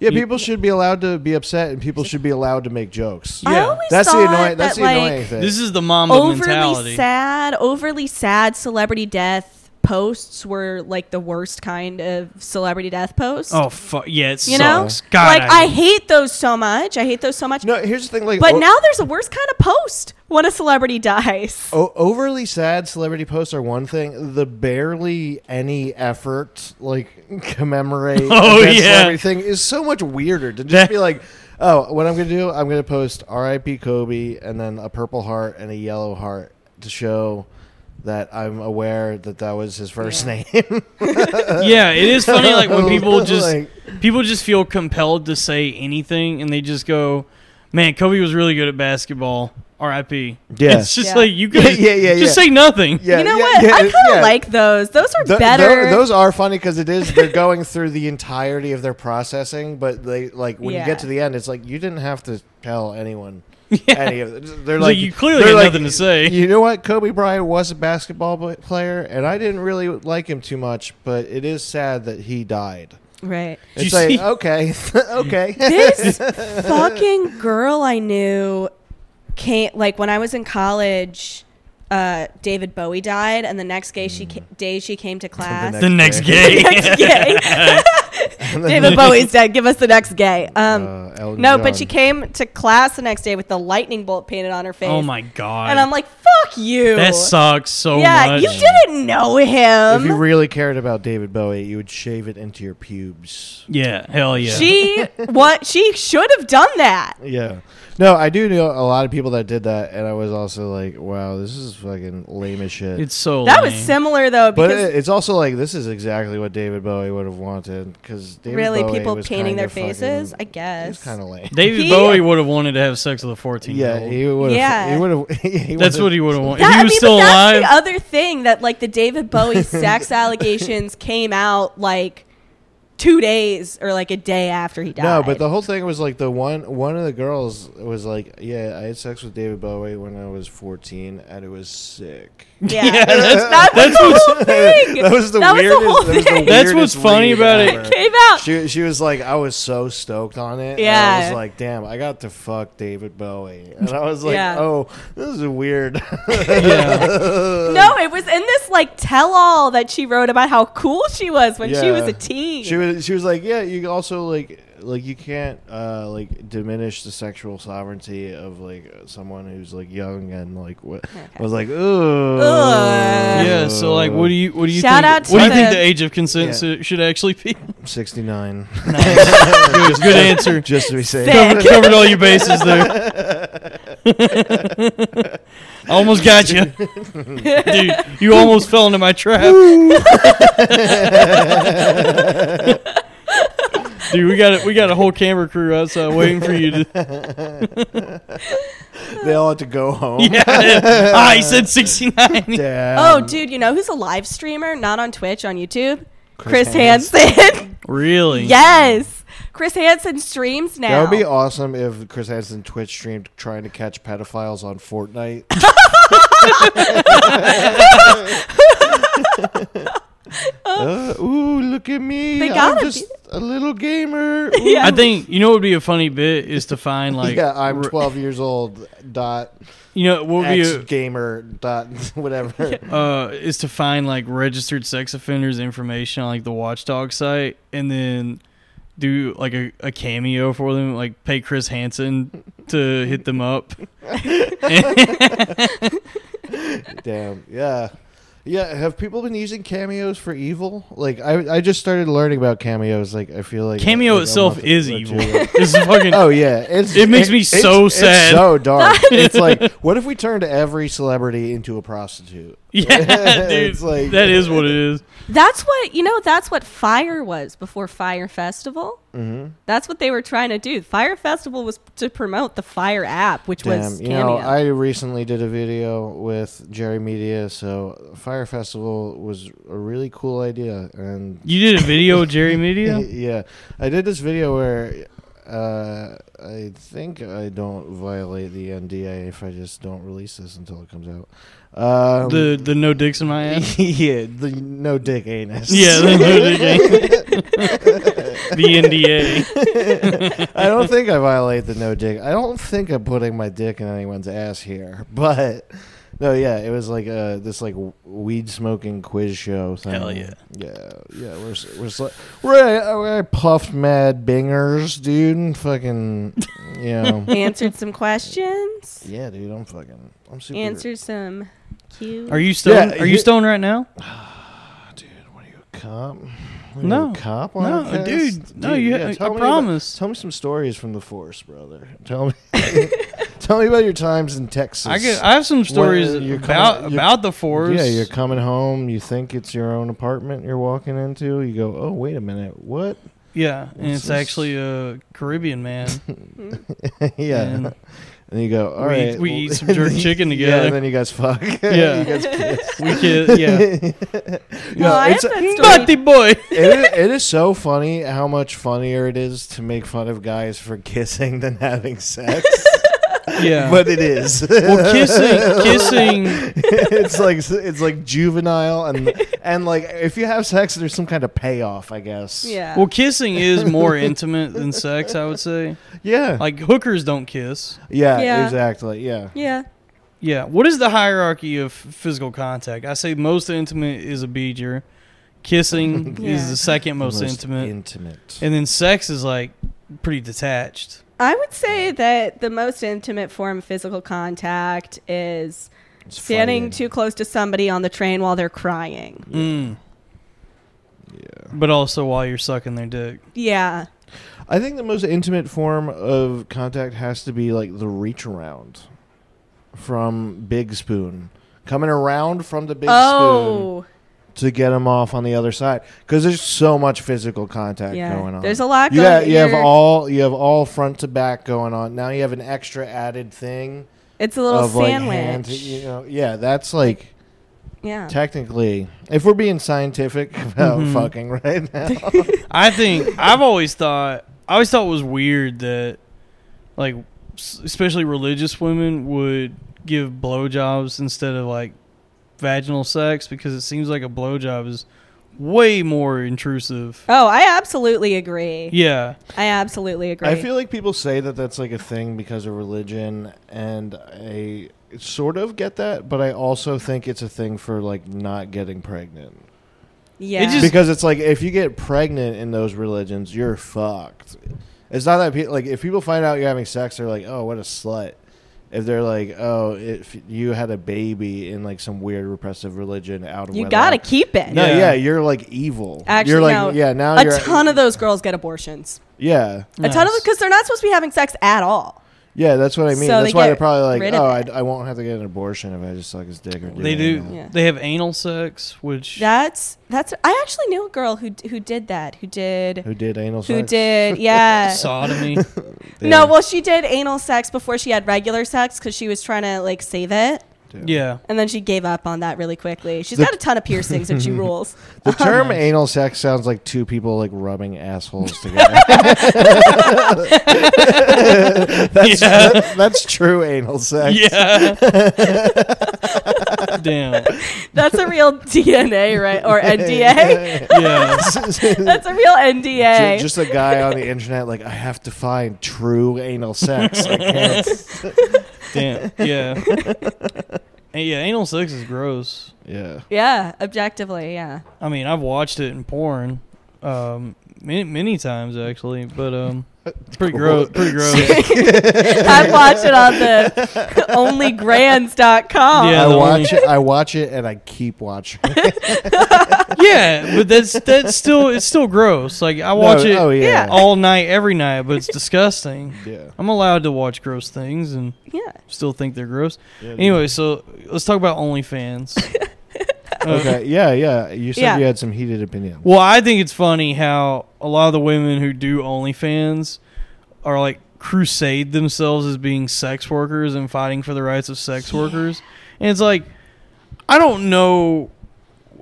B: yeah,
C: you-
B: people should be allowed to be upset and people should be allowed to make jokes.
A: I
C: Yeah.
A: always
B: That's the
A: thought
B: annoying.
A: that
B: That's the
A: like
B: annoying thing.
C: This is the mama
A: overly
C: mentality.
A: sad, overly sad celebrity death posts were like the worst kind of celebrity death posts.
C: Oh fuck! Yeah, it
A: you know,
C: sucks. God,
A: like I,
C: I,
A: hate those so much. I hate those so much.
B: no, oh. here's the thing. Like,
A: but
B: o-
A: now there's a worse kind of post when a celebrity dies.
B: O- overly sad celebrity posts are one thing. The barely any effort like commemorate
C: Oh,
B: that
C: yeah.
B: celebrity thing is so much weirder to
C: That-
B: just be like, oh, what I'm gonna do? I'm gonna post R.I.P. Kobe and then a purple heart and a yellow heart to show that I'm aware that that was his first name.
C: yeah, it is funny. Like when people just
B: Like-
C: people just feel compelled to say anything, and they just go, "Man, Kobe was really good at basketball." R.I.P.
B: Yeah.
C: it's just
A: Yeah.
C: like you could,
B: Yeah, yeah, yeah,
C: just
B: yeah.
C: say nothing.
B: yeah,
A: you know
B: yeah,
A: what?
B: yeah,
A: I kind of
B: yeah.
A: like those. Those are
B: Th-
A: better.
B: tho- those are funny because it is they're going through the entirety of their processing, but they like when you
A: Yeah.
B: get to the end, it's like you didn't have to tell anyone.
C: Yeah.
B: Any of it. they're
C: It's
B: like
C: like, you clearly
B: they're
C: had
B: like,
C: nothing to say.
B: You know what? Kobe Bryant was a basketball bl- player, and I didn't really like him too much. But it is sad that he died.
A: right.
C: Did you
B: It's like
C: see-
B: okay, okay.
A: this fucking girl I knew came like when I was in college. Uh, David Bowie died, and the next day she ca- day she came to class.
B: next
C: the next
B: day.
C: gay.
A: next gay. David Bowie's dead. Give us the next gay. Um,
B: Uh, Elton
A: no, but
B: John.
A: she came to class the next day with the lightning bolt painted on her face.
C: oh my god!
A: And I'm like, fuck you.
C: that sucks so
A: yeah,
C: much.
A: you didn't know
B: if you
A: him.
B: really cared about David Bowie, you would shave it into your pubes.
C: yeah, hell yeah.
A: She what? She should have done that.
B: Yeah. No, I do know a lot of people that did that, and I was also like, wow, this is fucking lame as shit.
C: it's so
A: That was
C: lame.
A: similar though,
B: but
A: because
B: it, it's also like this is exactly what David Bowie would have wanted because
A: really people painting their faces. I guess.
B: kind of lame.
C: David
A: He-
C: Bowie would have wanted to have sex with a fourteen.
B: Yeah, he would.
A: Yeah.
B: Yeah, he would have.
C: that's what he would have wanted.
A: That-
C: if
A: I
C: he was
A: mean,
C: still
A: but that's
C: alive,
A: the other thing that like the David Bowie sex allegations came out like two days or like a day after he died.
B: No, but the whole thing was like the one one of the girls was like, "Yeah, I had sex with David Bowie when I was 14, and it was sick."
A: yeah,
C: Yeah, that's-
A: that was
C: that's
A: the
C: what's-
A: whole thing.
B: that was the
A: That was the
B: weirdest.
A: whole
B: that was the
A: thing.
C: That's what's
B: weirdest
C: funny
B: read
C: about it.
B: ever.
A: came out.
B: She she was like, I was so stoked on it. And I
A: Yeah.
B: was like, damn, I got to fuck David Bowie. And I was like,
A: Yeah.
B: oh, this is weird.
C: yeah.
A: no, it was in this like tell-all that she wrote about how cool she was when she
B: Yeah.
A: was a teen.
B: she was she was like, yeah, you also like like you can't uh like diminish the sexual sovereignty of like someone who's like young and like what I was like, ooh.
A: Ugh.
C: yeah. So like, what do you what do you
A: Shout
C: think?
A: out to
C: what do you think
A: the-
C: the age of consent
B: Yeah.
C: s- should actually be?
B: 69.
C: good, good answer.
B: Just to be safe.
A: Sick.
C: Covered, covered all your bases there. I almost got you, dude. You almost fell into my trap. Dude, we got a, we got a whole camera crew outside waiting for you to.
B: They all had to go home.
C: Yeah, ah, he said sixty nine.
B: Damn.
A: oh, dude, you know who's a live streamer, not on Twitch, on YouTube? Chris,
B: Chris
A: Hansen.
C: Really?
A: yes. Chris Hansen streams now.
B: That would be awesome if Chris Hansen Twitch streamed trying to catch pedophiles on Fortnite. Uh, ooh, look at me!
A: They
B: I'm
A: gotta
B: just a little gamer.
A: Yeah.
C: I think you know what would be a funny bit is to find like
B: yeah, I'm
C: r-
B: 12 years old. Dot
C: You know what would be
B: X
C: a,
B: gamer. Dot whatever.
C: uh, is to find like registered sex offenders information on like the Watchdog site, and then do like a, a cameo for them, like pay Chris Hansen to hit them up.
B: Damn. Yeah. Yeah. Have people been using cameos for evil? Like I, I just started learning about cameos. Like I feel like
C: Cameo
B: like, a
C: itself
B: month
C: is
B: or two
C: evil.
B: ago.
C: This is fucking.
B: Oh yeah, it's,
C: It makes me
B: it's-
C: so
B: it's
C: sad.
B: so dark. it's like, what if we turned every celebrity into a prostitute?
C: Yeah, dude,
B: It's like-
C: that is what it is.
A: That's what you know. That's what Fire was before Fire Festival. Mm-hmm. That's what they were trying to do. Fire Festival was to promote the Fire app, which
B: Damn,
A: was
B: you
A: Cameo.
B: know, I recently did a video with Jerry Media, so Fire Festival was a really cool idea, and
C: You did a video with Jerry Media.
B: yeah, I did this video where uh, I think I don't violate the NDA if I just don't release this until it comes out. Um,
C: the the no dicks in my ass.
B: yeah, the no dick anus.
C: Yeah, the no dick. the NDA.
B: I don't think I violate the no dick. I don't think I'm putting my dick in anyone's ass here, but. No, yeah, it was like uh, this like weed smoking quiz show thing.
C: Hell yeah.
B: yeah, yeah. We're s- we're sli- we're, we're puffed mad bingers, dude. Fucking, you know.
A: Answered some questions.
B: Yeah, dude, I'm fucking. I'm super.
A: Answered some cute.
C: Are you stoned?
B: Yeah,
C: Are you
B: you-
C: stoned right now?
B: Dude, what are you a cop? What are
C: No.
B: you a cop.
C: No,
B: on
C: dude, no, you- I- I promise.
B: tell me some stories from the force, brother. Tell me. tell me about your times in Texas.
C: I get. I have some stories
B: you're coming-
C: about
B: you're-
C: about the force.
B: yeah, you're coming home. You think it's your own apartment you're walking into. You go, oh wait a minute, what?
C: Yeah, and
B: What's
C: it's
B: this?
C: actually a Caribbean man.
A: Mm-hmm.
B: yeah.
C: And
B: And you go, all
C: We-
B: right,
C: we eat some jerk chicken
B: Yeah,
C: together.
B: and then you guys fuck.
C: Yeah.
B: you guys kiss.
C: we kid, yeah.
A: No, I have
B: it's a-
A: that story.
C: Naughty boy.
B: it, is, it is so funny how much funnier it is to make fun of guys for kissing than having sex.
C: Yeah.
B: But it is.
C: well, kissing, kissing.
B: it's like it's like juvenile and and like if you have sex, there's some kind of payoff, I guess.
A: Yeah.
C: Well, kissing is more intimate than sex. I would say.
B: Yeah.
C: Like hookers don't kiss.
B: yeah.
A: Yeah.
B: Exactly. Yeah.
A: yeah.
C: Yeah. What is the hierarchy of physical contact? I say most intimate is a beater. Kissing
A: Yeah.
C: is the second most, intimate.
B: Intimate.
C: and then sex is like pretty detached.
A: I would say that the most intimate form of physical contact is
B: It's
A: standing
B: fighting.
A: too close to somebody on the train while they're crying.
C: Mm.
B: Yeah.
C: But also while you're sucking their dick.
A: Yeah.
B: I think the most intimate form of contact has to be like the reach around from Big Spoon. Coming around from the big spoon.
A: oh.
B: to get them off on the other side because there's so much physical contact
A: Yeah.
B: going on.
A: There's a lot
B: You,
A: going-
B: have, you have
A: you're-
B: all you have all front to back going on. Now you have an extra added thing
A: It's a little
B: of
A: sandwich.
B: like hand. You know, yeah, that's like
A: yeah.
B: technically, if we're being scientific about
C: Mhm.
B: fucking right now,
C: I think I've always thought I always thought it was weird that like s- especially religious women would give blowjobs instead of like vaginal sex because it seems like a blowjob is way more intrusive.
A: oh, I absolutely agree.
C: Yeah.
A: I absolutely agree.
B: I feel like people say that that's like a thing because of religion, and I sort of get that, but I also think it's a thing for like not getting pregnant.
A: yeah.
C: just-
B: because it's like if you get pregnant in those religions, you're fucked. It's not that people like if people find out you're having sex, they're like, "Oh, what a slut." If they're like, "Oh, if you had a baby in like some weird repressive religion out of
A: you
B: wedlock."
A: got to keep it.
B: no,
C: Yeah.
B: yeah. you're like evil.
A: Actually,
B: you're like
A: no.
B: yeah, now
A: a
B: you're
A: ton of those girls get abortions.
B: yeah,
A: A ton of
C: Nice.
A: because they're not supposed to be having sex at all.
B: yeah. That's what I mean.
A: So
B: that's
A: they
B: why
A: get
B: they're probably like,
A: rid of
B: "Oh,
A: it.
B: I, I won't have to get an abortion if I just suck his dick." Or do
C: They do.
B: anything."
A: Yeah.
C: They have anal sex, which
A: That's that's. I actually knew a girl who who did that. Who did?
B: Who did anal sex?
A: Who did? Yeah.
C: sodomy.
A: No, well, she did anal sex before she had regular sex because she was trying to like save it.
B: too.
C: Yeah.
A: And then she gave up on that really quickly. She's
B: The-
A: got a ton of piercings and she rules.
B: The term anal sex sounds like two people like rubbing assholes together. that's,
C: Yeah.
B: that- that's true anal sex.
C: Yeah. Damn.
A: That's a real DNA, right? Or NDA.
C: Yeah.
A: That's a real NDA.
B: Ju- Just a guy on the internet, like I have to find true anal sex. I can't.
C: Damn. Yeah. And yeah, anal sex is gross.
B: Yeah,
A: yeah, objectively, yeah.
C: I mean, I've watched it in porn um many, many times actually, but um it's pretty gross, pretty gross.
A: I watch it on the onlygrands.com.
C: Yeah,
B: I
C: the
B: watch it. I watch it, and I keep watching.
C: yeah, but that's that's still it's still gross. Like I watch
B: No,
C: it
B: Oh yeah.
A: Yeah.
C: all night every night, but it's disgusting.
B: Yeah.
C: I'm allowed to watch gross things and
A: Yeah.
C: still think they're gross.
B: Yeah,
C: Anyway, so let's talk about OnlyFans. Uh,
B: Okay. Yeah, yeah. You said
A: Yeah.
B: you had some heated opinions.
C: Well, I think it's funny how a lot of the women who do OnlyFans are like crusade themselves as being sex workers and fighting for the rights of sex workers. And it's like, I don't know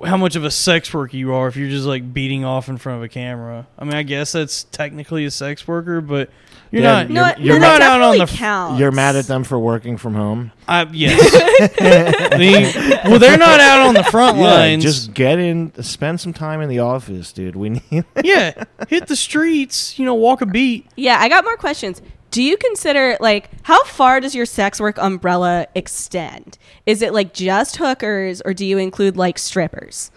C: how much of a sex worker you are if you're just like beating off in front of a camera. I mean, I guess that's technically a sex worker, but you're
B: Yeah,
C: not.
A: No,
B: You're-
A: it-
B: you're
A: no, that
C: not out on
A: definitely
C: the f-
A: counts.
B: You're mad at them for working from home.
C: I, yes. I mean, well, they're not out on the front
B: Yeah,
C: lines.
B: just get in, spend some time in the office, dude. We need.
C: yeah, hit the streets. You know, walk a beat.
A: Yeah, I got more questions. Do you consider like how far does your sex work umbrella extend? Is it like just hookers or do you include like strippers?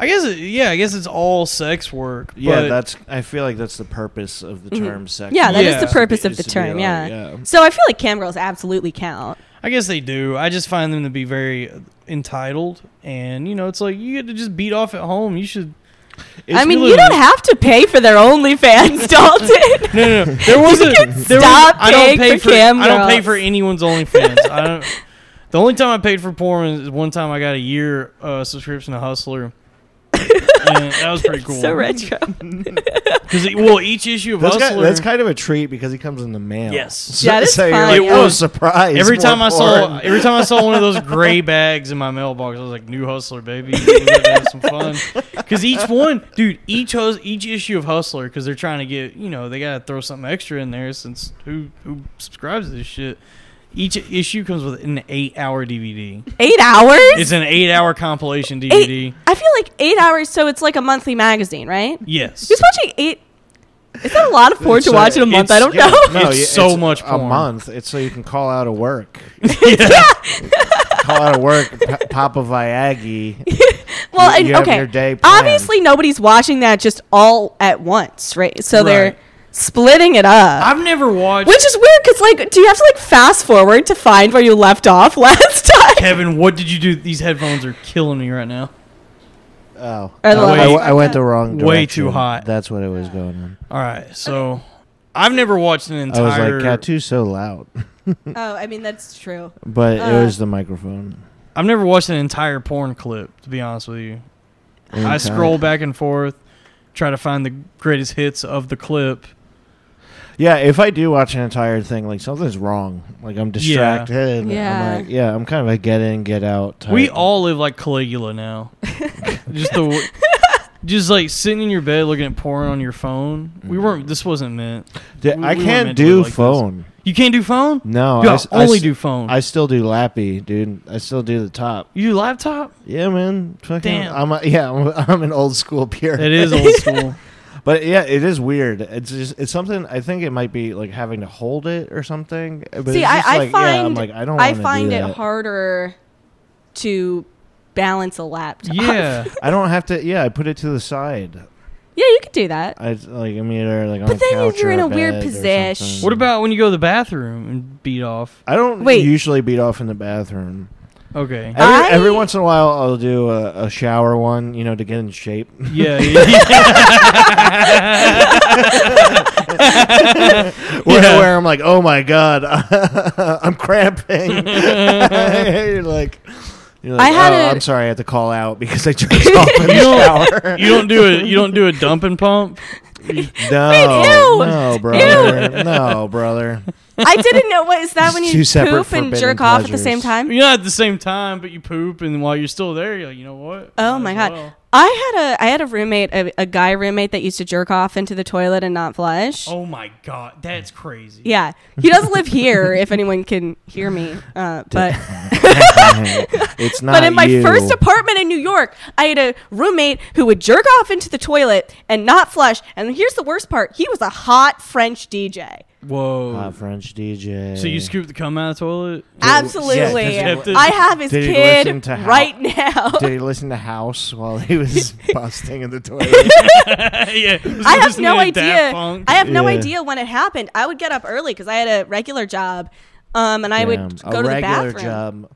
C: I guess it, yeah, I guess it's all sex work.
B: Yeah,
C: but-
B: that's. I feel like that's the purpose of the term sex.
A: Mm-hmm. Yeah, that is
C: Yeah.
A: the purpose of
B: Is
A: the
B: to be
A: term,
B: like,
A: yeah. So I feel like cam girls absolutely count.
C: I guess they do. I just find them to be very entitled, and you know, it's like you get to just beat off at home. You should.
A: I mean,
C: really-
A: you don't have to pay for their OnlyFans, Dalton.
C: No, no, no. There was a. There
A: stop
C: was, I don't
A: paying
C: pay
A: for cam
C: I don't pay
A: girls.
C: for anyone's OnlyFans. I don't. The only time I paid for porn is one time I got a year uh, subscription to Hustler. and that was pretty cool.
A: so retro.
C: Because well, each issue of
B: That's, ki-
C: Hustler.
B: that's kind of a treat because he comes in the mail.
C: Yes.
B: So,
A: Yeah, it is
B: so you're
A: fun.
B: like,
C: It
B: oh,
C: was-
B: surprise.
C: Every
B: more
C: time I
B: porn.
C: saw, every time I saw one of those gray bags in my mailbox, I was like, "New Hustler, baby, We're gonna have some fun." Because each one, dude, each hus- each issue of Hustler, because they're trying to get, you know, they gotta throw something extra in there since who who subscribes to this shit. Each issue comes with an eight-hour DVD.
A: Eight hours?
C: It's an eight-hour compilation DVD.
A: eight, I feel like eight hours, so it's like a monthly magazine, right?
C: Yes, uh,
A: Who's watching eight? Is that a lot of porn to
B: So
A: watch in a month? I
C: it's-
A: don't
C: yeah,
A: know.
C: No, it's so much
B: a
C: porn.
B: month. It's so you can call out of work. call out of work, P- Papa Viaggi.
A: Well,
B: You-
A: and,
B: you have
A: okay.
B: your day planned.
A: Obviously, nobody's watching that just all at once, right? So
C: Right.
A: they're splitting it up,
C: I've never watched.
A: which is weird because, like, do you have to like fast forward to find where you left off last time?
C: Kevin, what did you do? These headphones are killing me right now.
B: Oh,
A: Or
B: I,
A: the
B: I-
A: last
B: I went the wrong direction.
C: Way too hot.
B: That's what it was going on.
C: All right, so I've never watched an
B: I
C: entire.
B: was like, tattoo's so loud,
A: oh, I mean that's true.
B: but
A: Uh,
B: it was the microphone.
C: I've never watched an entire porn clip, to be honest with you. I
B: Okay.
C: scroll back and forth, try to find the greatest hits of the clip.
B: Yeah, if I do watch an entire thing, like something's wrong. Like I'm distracted. Yeah.
A: Yeah.
B: I'm like, yeah, I'm kind of a get in, get out. Type.
C: We all live like Caligula now. just the w- just like sitting in your bed looking at porn on your phone. We
B: Mm.
C: weren't this wasn't meant.
B: D-
C: we-
B: I
C: we weren't
B: can't
C: meant to
B: do
C: live like this.
B: phone.
C: You can't do phone?
B: No,
C: you
B: I,
C: I,
B: s- I
C: only
B: s-
C: do phone.
B: I still do lappy, dude. I still do the top.
C: you do laptop?
B: Yeah, man. Fucking,
C: Damn.
B: I'm a, yeah, I'm, a- I'm an old school pure.
C: It is old school.
B: But yeah, it is weird. It's just it's something. I think it might be like having to hold it or something. But it's
A: See, I,
B: just
A: I
B: like,
A: find
B: yeah, I'm like I don't.
A: I
B: wanna do
A: find it
B: that.
A: harder to balance a laptop.
C: yeah.
B: I don't have to. Yeah, I put it to the side.
A: yeah, you could do that.
B: I like I mean, or like on
A: But
B: a
A: then
B: couch
A: you're
B: or
A: in a
B: bed
A: weird
B: or
A: posish.
B: something.
C: What about when you go to the bathroom and beat off?
B: I don't
A: Wait.
B: usually beat off in the bathroom.
C: Okay.
B: Every,
A: I-
B: every once in a while, I'll do a, a shower one, you know, to get in shape.
C: Yeah, yeah.
B: Where,
C: Yeah.
B: where I'm like, oh my god, I'm cramping. you're like, you're like,
A: I had
B: oh,
A: a-
B: I'm sorry, I had to call out because I jerked off in the
C: don't-
B: shower.
C: you don't do a you don't do a dump and pump.
B: No,
A: ew.
B: no, brother, no, brother.
A: I didn't know what is that when
B: It's
A: you
B: two separate
A: poop and
B: forbidden
A: jerk off at the
B: pleasures.
A: same time?
C: You're not at the same time, but you poop, and while you're still there, you're like, you know what?
A: Oh
C: Might
A: my
C: as
A: god.
C: well.
A: I had a I had a roommate, a, a guy roommate that used to jerk off into the toilet and not flush.
C: Oh my god, that's crazy.
A: Yeah, he does live here. if anyone can hear me, uh, but
B: it's not.
A: but in my
B: you.
A: first apartment in New York, I had a roommate who would jerk off into the toilet and not flush. And here's the worst part: he was a hot French DJ.
C: Whoa.
B: Hot French DJ.
C: so you scoop the cum out of the toilet?
A: Absolutely,
B: yeah,
C: 'cause he-
A: I have his
B: Did he listen
A: kid
B: to how-
A: right now.
B: Did he listen to House while he was busting in the toilet?
C: yeah. Was
A: I
C: it
A: have
C: just
A: no
C: me and Daft
A: idea.
C: Punk?
A: I have no
B: Yeah.
A: idea when it happened. I would get up early because I had a regular job, um, and I would
B: Damn,
A: go
B: a
A: to the
B: regular
A: bathroom.
B: job.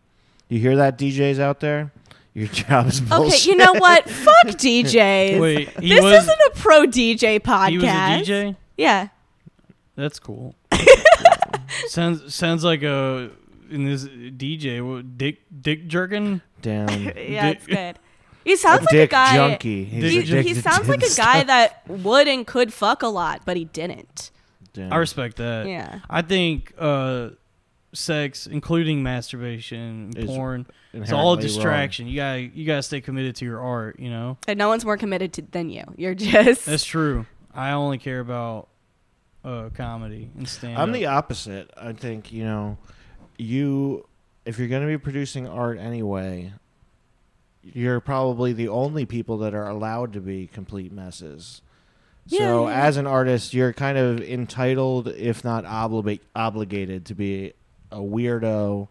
B: You hear that, DJs out there? Your job is bullshit.
A: Okay, you know what? Fuck DJs.
C: Wait, he
A: this
C: was
A: isn't a pro DJ podcast.
C: he was a DJ.
A: Yeah.
C: That's cool. sounds sounds like a in this DJ what, dick dick jerking.
B: Damn.
A: Yeah,
C: Dick-
A: it's good. He sounds like
B: dick
A: a guy.
B: junkie. He's
A: He,
B: addicted
A: he sounds
B: to
A: like a
B: his
A: guy
B: stuff.
A: that would and could fuck a lot, but he didn't.
B: Damn.
C: I respect that.
A: Yeah.
C: I think uh, sex, including masturbation,
B: Is
C: porn, it's
B: inherently
C: all
B: wrong.
C: distraction. You gotta you gotta stay committed to your art. You know
A: And no one's more committed to than you. You're just
C: that's true. I only care about uh, comedy and uh, stand.
B: I'm the opposite. I think you know, you if you're going to be producing art anyway, you're probably the only people that are allowed to be complete messes. so
A: Yeah, yeah.
B: as an artist, you're kind of entitled, if not obli- obligated, to be a weirdo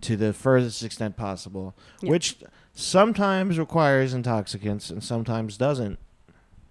B: to the furthest extent possible,
A: Yeah.
B: which sometimes requires intoxicants and sometimes doesn't.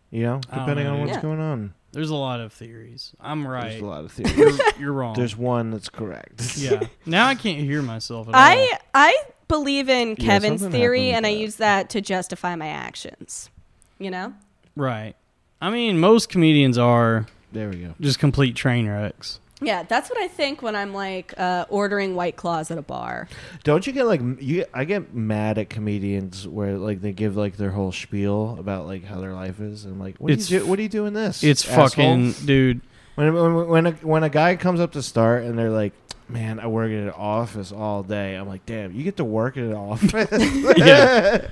B: You know,
C: I don't
B: depending
C: know,
B: on
C: dude.
B: what's
A: Yeah.
B: going on.
C: There's a lot of theories. I'm right.
B: There's a lot of theories.
C: You're, you're wrong.
B: There's one that's correct.
C: Oh. yeah. Now I can't hear myself at all.
A: I I believe in
B: Yeah,
A: Kevin's
B: something
A: theory, and
B: happened
A: I
B: with that.
A: use that to justify my actions. You know,
C: Right. I mean, most comedians are
B: There we go.
C: just complete train wrecks.
A: yeah, that's what I think when I'm like uh, ordering white claws at a bar.
B: Don't you get like m- you? I get mad at comedians where like they give like their whole spiel about like how their life is. and like, what
C: It's
B: do you
C: f-
B: do? What are you doing this?
C: It's
B: asshole?
C: fucking, dude.
B: When when when a, when a guy comes up to start and they're like, "Man, I work at an office all day." I'm like, "Damn, you get to work at an office."
C: Yeah.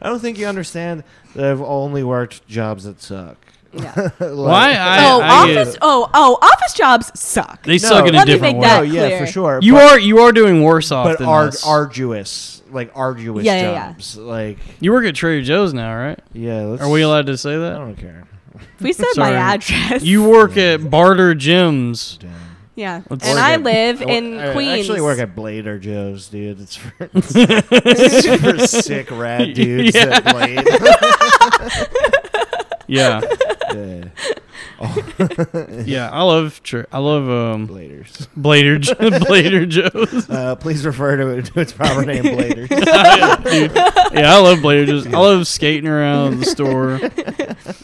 B: I don't think you understand that I've only worked jobs that suck.
A: Yeah.
B: Like-
C: Why? I,
A: oh,
C: I
A: office.
C: get,
A: Oh, oh, office jobs suck.
C: they suck in a
A: let me
C: different
A: make
C: way.
A: that
B: No, Oh, yeah,
A: clear.
B: for sure.
C: You
B: but-
C: are you are doing worse off
B: but
C: than
B: ar-
C: us.
B: arduous, like arduous
A: Yeah, yeah, yeah.
B: jobs. Like,
C: you work at Trader Joe's now, right?
B: yeah. Let's,
C: Are we allowed to say
B: I
C: that?
B: don't care.
A: We said
C: Sorry.
A: my address.
C: You work at Barter Gyms.
B: Damn.
A: yeah,
C: Let's
A: and
C: work
A: I
B: at-
A: live
B: I wo-
A: in
B: I
A: Queens.
B: uh, actually work at Blader Joe's, dude. It's for, it's for sick rad dudes
C: Yeah.
B: that blade.
C: Yeah,
B: Yeah.
C: yeah. I love tra- I love um
B: Bladers.
C: Blader Jo- Blader Joe's.
B: Uh, please refer to it to its proper name, Bladers.
C: Yeah, I love Blader Joe's. I love skating around the store,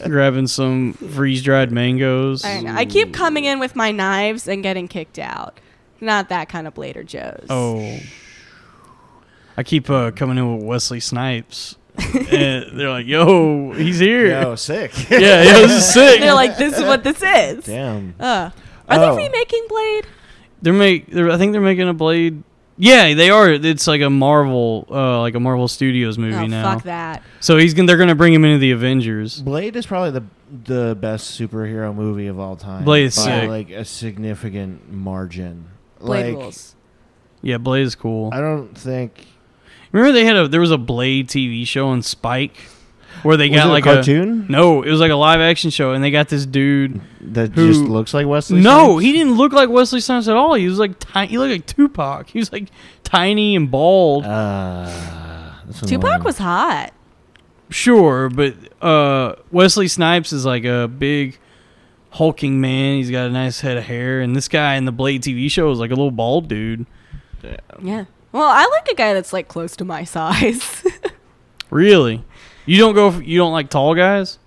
C: grabbing some freeze dried mangoes.
A: I, don't know. I keep coming in with my knives and getting kicked out. Not that kind of Blader Joe's.
C: Oh. I keep uh, coming in with Wesley Snipes. and they're like, yo, he's here.
B: Yo, sick.
C: Yeah, yeah, this is sick.
A: they're like, this is what this is.
B: Damn.
A: Uh, are
B: Oh.
A: they remaking Blade?
C: They're make. They're, I think they're making a Blade. Yeah, they are. It's like a Marvel, uh, like a Marvel Studios movie
A: oh,
C: now.
A: fuck that.
C: So he's gonna, they're gonna bring him into the Avengers.
B: Blade is probably the the best superhero movie of all time.
C: Blade is
B: by
C: sick.
B: like a significant margin.
A: Blade
B: like,
A: rules.
C: Yeah, Blade is cool.
B: I don't think
C: Remember they had a there was a Blade TV show on Spike where they
B: Was
C: got
B: it a
C: like
B: cartoon?
C: no, it was like a live action show, and they got this dude.
B: that
C: Who-
B: just looks like Wesley.
C: No,
B: Snipes?
C: he didn't look like Wesley Snipes at all. He was like tiny. He looked like Tupac. He was like tiny and bald.
B: Uh, that's
A: Tupac
B: annoying.
A: was hot.
C: sure, but uh, Wesley Snipes is like a big hulking man. He's got a nice head of hair, and this guy in the Blade TV show is like a little bald dude.
A: Yeah. Well, I like a guy that's like close to my size.
C: Really, you don't go. f you don't like tall guys.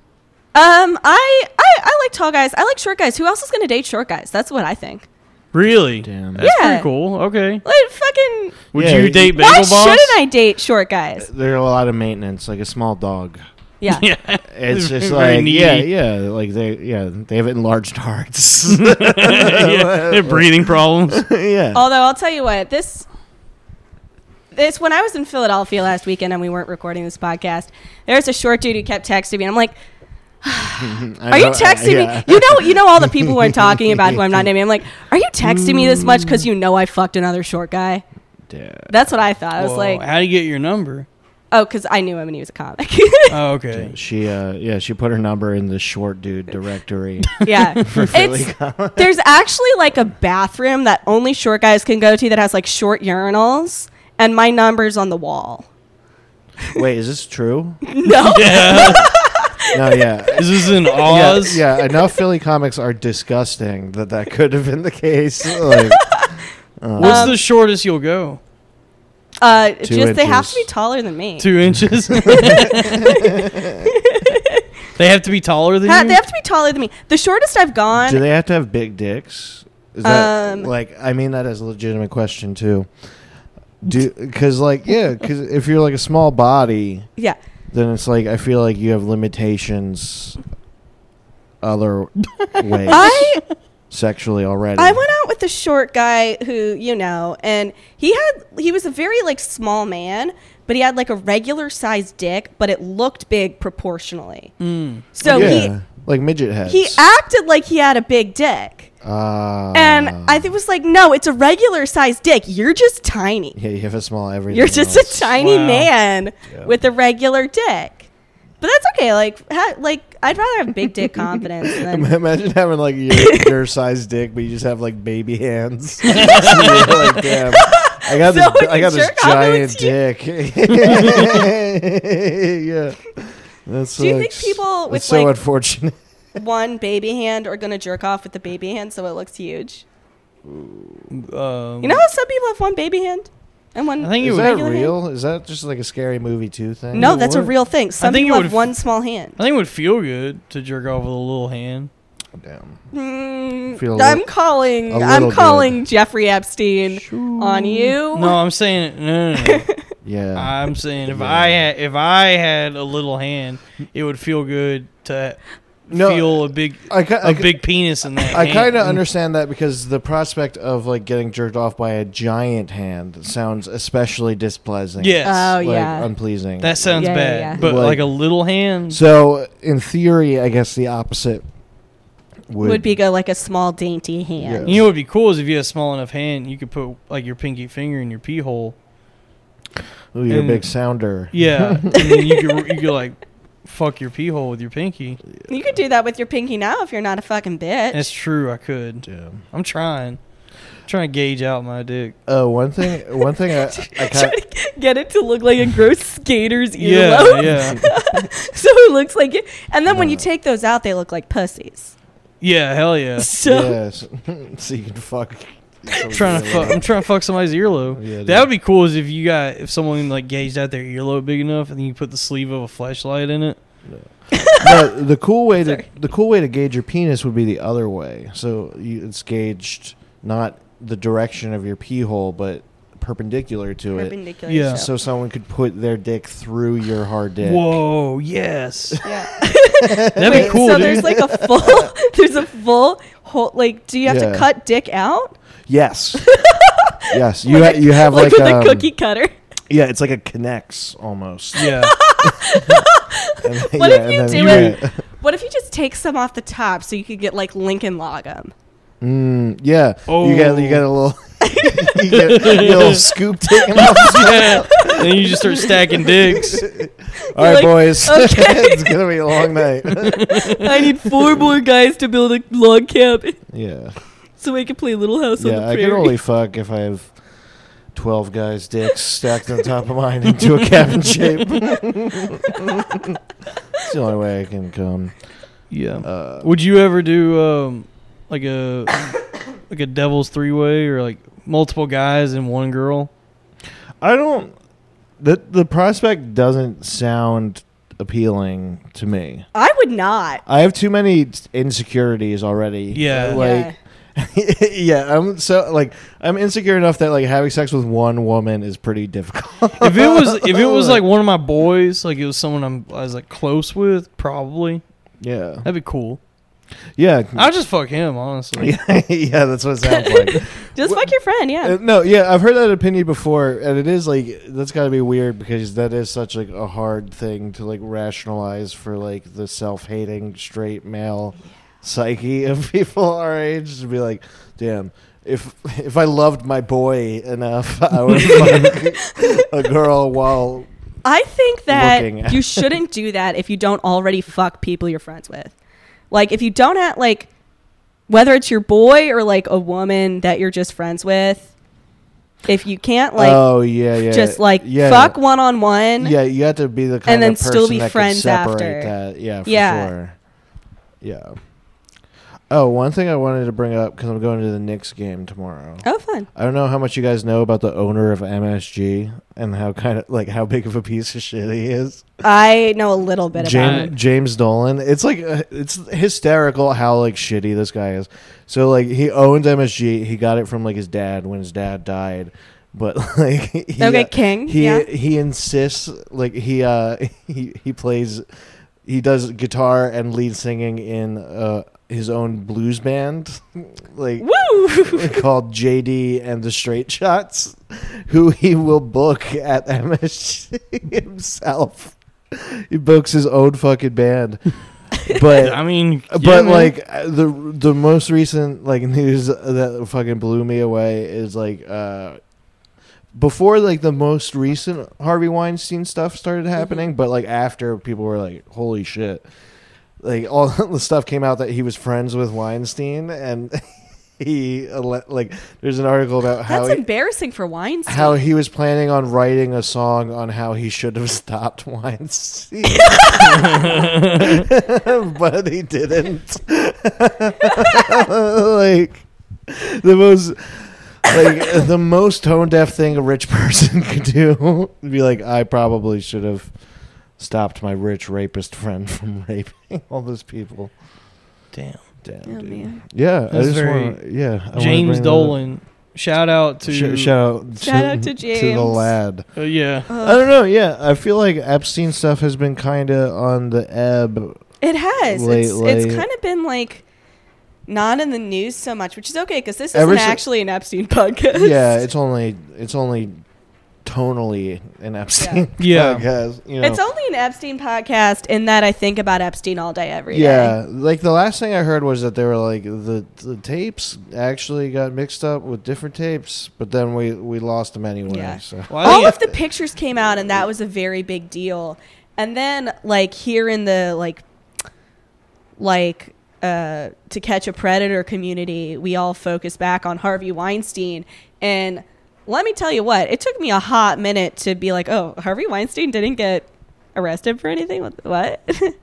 A: um, I, I I like tall guys. I like short guys. Who else is gonna date short guys? That's what I think.
C: Really?
B: Damn.
C: That's
A: Yeah.
C: pretty cool. Okay.
A: Like fucking.
C: Would
B: Yeah,
C: you
B: you-
C: date
A: Why
C: Bagel Boss?
A: shouldn't I date short guys?
B: There are a lot of maintenance, like a small dog.
A: Yeah.
C: yeah.
B: It's
C: They're
B: just
C: very
B: like
C: needy.
B: yeah, yeah, like they yeah they have enlarged hearts.
C: yeah. They have breathing problems.
B: yeah,
A: Although I'll tell you what, this this when I was in Philadelphia last weekend and we weren't recording this podcast, there was a short dude who kept texting me and I'm like, Are you texting me? You know you know all the people who are talking about who I'm not naming. I'm like, Are you texting me this much because you know I fucked another short guy?
B: Yeah.
A: That's what I thought. I was
C: Whoa,
A: like,
C: how do you get your number?
A: Oh, because I knew him and he was a comic.
C: Oh, okay.
B: She uh yeah she put her number in the short dude directory.
A: yeah. It's, there's actually like a bathroom that only short guys can go to that has like short urinals and my number's on the wall.
B: Wait, is this true?
A: No.
C: Yeah.
B: No, yeah.
C: Is this in
B: Yeah,
C: Oz?
B: yeah, enough Philly comics are disgusting that that could have been the case. Like, uh,
C: What's
A: Um,
C: the shortest you'll go?
A: Uh, just
B: Two
A: they have
B: inches.
A: to be taller than me.
C: Two inches. they have to be taller than
A: Ha-
C: you.
A: they have to be taller than me. The shortest I've gone.
B: do they have to have big dicks? Is that
A: Um,
B: like I mean that is a legitimate question too. Do because like yeah because if you're like a small body,
A: yeah.
B: then it's like I feel like you have limitations other ways
A: I
B: sexually already.
A: I went out with a short guy who you know, and he had he was a very like small man, but he had like a regular sized dick, but it looked big proportionally.
C: Mm.
A: So
B: yeah, like midget heads.
A: he he acted like he had a big dick,
B: Ah.
A: and I think was like, no, it's a regular sized dick. You're just tiny.
B: yeah, you have a small everything.
A: You're just
B: else.
A: a tiny
C: Wow.
A: man
B: Yeah.
A: with a regular dick. But that's okay. Like, ha- like I'd rather have big dick confidence than
B: Imagine having like your, your size dick, but you just have like baby hands. You're like, damn, I got
A: So
B: this.
A: when
B: I
A: you
B: got this
A: jerk off,
B: giant
A: it's you.
B: dick. yeah, that's.
A: Do you think people with,
B: so
A: like-
B: unfortunate?
A: one baby hand or gonna jerk off with the baby hand so it looks huge.
C: Um,
A: You know how some people have one baby hand and one.
C: I think it
B: Is
C: would.
B: that
A: regular hand?
B: real? Is that just like a scary movie too thing?
A: No, that's a
C: would.
A: real thing. Some
C: think it
A: people
C: would
A: have
C: f-
A: one small hand.
C: I think it would feel good to jerk off with a little hand.
B: Damn.
A: Mm,
B: Feel a
A: I'm
B: li-
A: calling.
B: a
A: I'm
B: little
A: calling Jeffrey Epstein on you. Oh,
C: No, I'm saying no, no, no.
B: Yeah.
C: I'm saying if I had if I had a little hand, it would feel good to
B: No,
C: feel a big
B: I ki-
C: a
B: I ki-
C: big penis in that.
B: I kind
C: hand.
B: of understand that because the prospect of like getting jerked off by a giant hand sounds especially displeasing.
C: Yes,
A: Oh
B: like,
A: yeah.
B: unpleasing.
C: that sounds
A: Yeah, yeah,
C: bad.
A: yeah.
C: But
B: Like-
C: like a little hand,
B: so. In theory, I guess the opposite would,
A: would, be go like a small dainty hand.
B: Yeah.
C: you know, what would be cool is if you had a small enough hand, you could put like your pinky finger in your pee hole.
B: Ooh, you're a
C: and-
B: big sounder.
C: Yeah, and then you could you could like fuck your pee hole with your pinky.
A: You could do that with your pinky now if you're not a fucking bitch.
C: That's true. I could.
B: Yeah.
C: I'm trying. I'm trying to gauge out my dick.
B: Oh, one thing. One thing. I,
A: Try
B: I kind
A: to get it to look like a gross skater's
C: Yeah,
A: earlobe.
C: yeah,
A: so it looks like it. And then when you
B: Yeah.
A: take those out, they look like pussies.
C: yeah. Hell yeah.
A: So
B: yes. so you can fuck.
C: trying to fuck. I'm trying to fuck somebody's earlobe.
B: Oh, Yeah, dude.
C: that would be cool. Is if you got if someone like gauged out their earlobe big enough, and then you put the sleeve of a flashlight in it.
B: No, the cool way to
A: Sorry.
B: the cool way to gauge your penis would be the other way. So you, it's gauged not the direction of your pee hole, but perpendicular to it.
A: perpendicular.
C: Yeah.
A: to
B: So
A: show.
B: someone could put their dick through your hard dick.
C: Whoa! Yes,
A: Yeah.
C: that'd
A: Wait,
C: be cool.
A: so
C: dude.
A: there's like a full. There's a full whole. Like, do you have
B: Yeah.
A: to cut dick out?
B: Yes. yes. You ha- you have like,
A: with
B: um,
A: a cookie cutter.
B: Yeah, it's like a connects almost.
C: yeah,
B: And then-
A: What
B: yeah,
A: if you
B: and
A: do
B: then-
A: it? What if you just take some off the top so you could get like Lincoln Logum?
B: Mm, yeah.
C: Oh.
B: You got you got a little you get a little scoop taken off.
C: yeah. Then you just start stacking dicks.
B: All right,
A: like,
B: boys.
A: okay.
B: it's gonna be a long night.
A: I need four more guys to build a log camp
B: yeah.
A: so I can play Little House on the
B: Yeah, I
A: Prairie.
B: can only fuck if I have twelve guys' dicks stacked on top of mine into a cabin shape. it's the only way I can come.
C: Yeah.
B: Uh,
C: Would you ever do um like a like a devil's three way or like multiple guys and one girl?
B: I don't. The the prospect doesn't sound appealing to me.
A: I would not.
B: I have too many insecurities already.
C: Yeah.
B: like
A: Yeah.
B: yeah, I'm so like I'm insecure enough that like having sex with one woman is pretty difficult.
C: if it was if it was like one of my boys, like it was someone I'm I was like close with, probably
B: yeah,
C: that'd be cool.
B: yeah,
C: I'd just fuck him, honestly.
B: yeah, yeah. That's what it sounds like.
A: Just fuck your friend, yeah.
B: Uh, no, yeah, I've heard that opinion before, and it is like that's got to be weird because that is such like a hard thing to like rationalize for like the self-hating straight male psyche of people our age to be like, damn. If if I loved my boy enough, I would fuck a girl while
A: I think
B: looking
A: that
B: at-
A: you shouldn't do that if you don't already fuck people you're friends with. Like if you don't have like whether it's your boy or like a woman that you're just friends with, if you can't like
B: oh yeah yeah
A: just like
B: yeah.
A: fuck one on one,
B: yeah you have to be the kind
A: then
B: of
A: still
B: person
A: be
B: that can
A: friends
B: separate
A: after.
B: that yeah for
A: Yeah.
B: sure yeah oh one thing I wanted to bring up because I'm going to the Knicks game tomorrow
A: oh fun.
B: I don't know how much you guys know about the owner of MSG and how kind of like how big of a piece of shit he is
A: I know a little bit about
B: James,
C: it.
B: James Dolan. It's like uh, it's hysterical how like shitty this guy is. So like he owns MSG. He got it from like his dad when his dad died. But like he,
A: Okay, King,
B: He
A: Mm-hmm. yeah.
B: he insists like he uh he he plays he does guitar and lead singing in uh his own blues band
A: it.
B: like
A: Woo!
B: called JD and the Straight Shots, who he will book at MSG himself. He books his own fucking band,
C: I
B: but
C: mean, yeah,
B: Uh, but
C: man.
B: like the the most recent like news that fucking blew me away is like uh before like the most recent Harvey Weinstein stuff started happening, but like after people were like, "Holy shit!" Like all the stuff came out that he was friends with Weinstein, and he ele- like there's an article about how
A: That's
B: he,
A: embarrassing for Weinstein.
B: how he was planning on writing a song on how he should have stopped Weinstein, but he didn't. like the most, like the most tone deaf thing a rich person could do. Be like, I probably should have stopped my rich rapist friend from raping all those people.
C: damn
B: Damn,
A: Oh,
B: dude.
A: man.
B: Yeah, I
C: That's
B: just
C: very-
B: wanna, yeah. I wanna
C: James
B: bring that up.
C: Dolan. Shout out to
B: Sh- shout out,
A: Shout out to
B: to the
A: James.
B: lad.
C: Uh, yeah.
B: I
A: Ugh.
B: don't know. Yeah, I feel like Epstein stuff has been kind of on the ebb.
A: It has. It's,
B: Lately-
A: it's kind of been like not in the news so much, which is okay because this
B: Ever
A: isn't
B: si-
A: actually an Epstein podcast.
B: yeah, it's only it's only tonally an Epstein.
C: Yeah.
B: podcast, you know.
A: It's only an Epstein podcast in that I think about Epstein all day every day.
B: yeah, like the last thing I heard was that they were like the, the tapes actually got mixed up with different tapes, but then we we lost them anyway.
A: Yeah.
B: So
C: Well, I
A: All
C: think
A: of the pictures came out and that was a very big deal. And then like here in the like like uh to catch a predator community, we all focus back on Harvey Weinstein and let me tell you what, it took me a hot minute to be like, "Oh, Harvey Weinstein didn't get arrested for anything." What? what?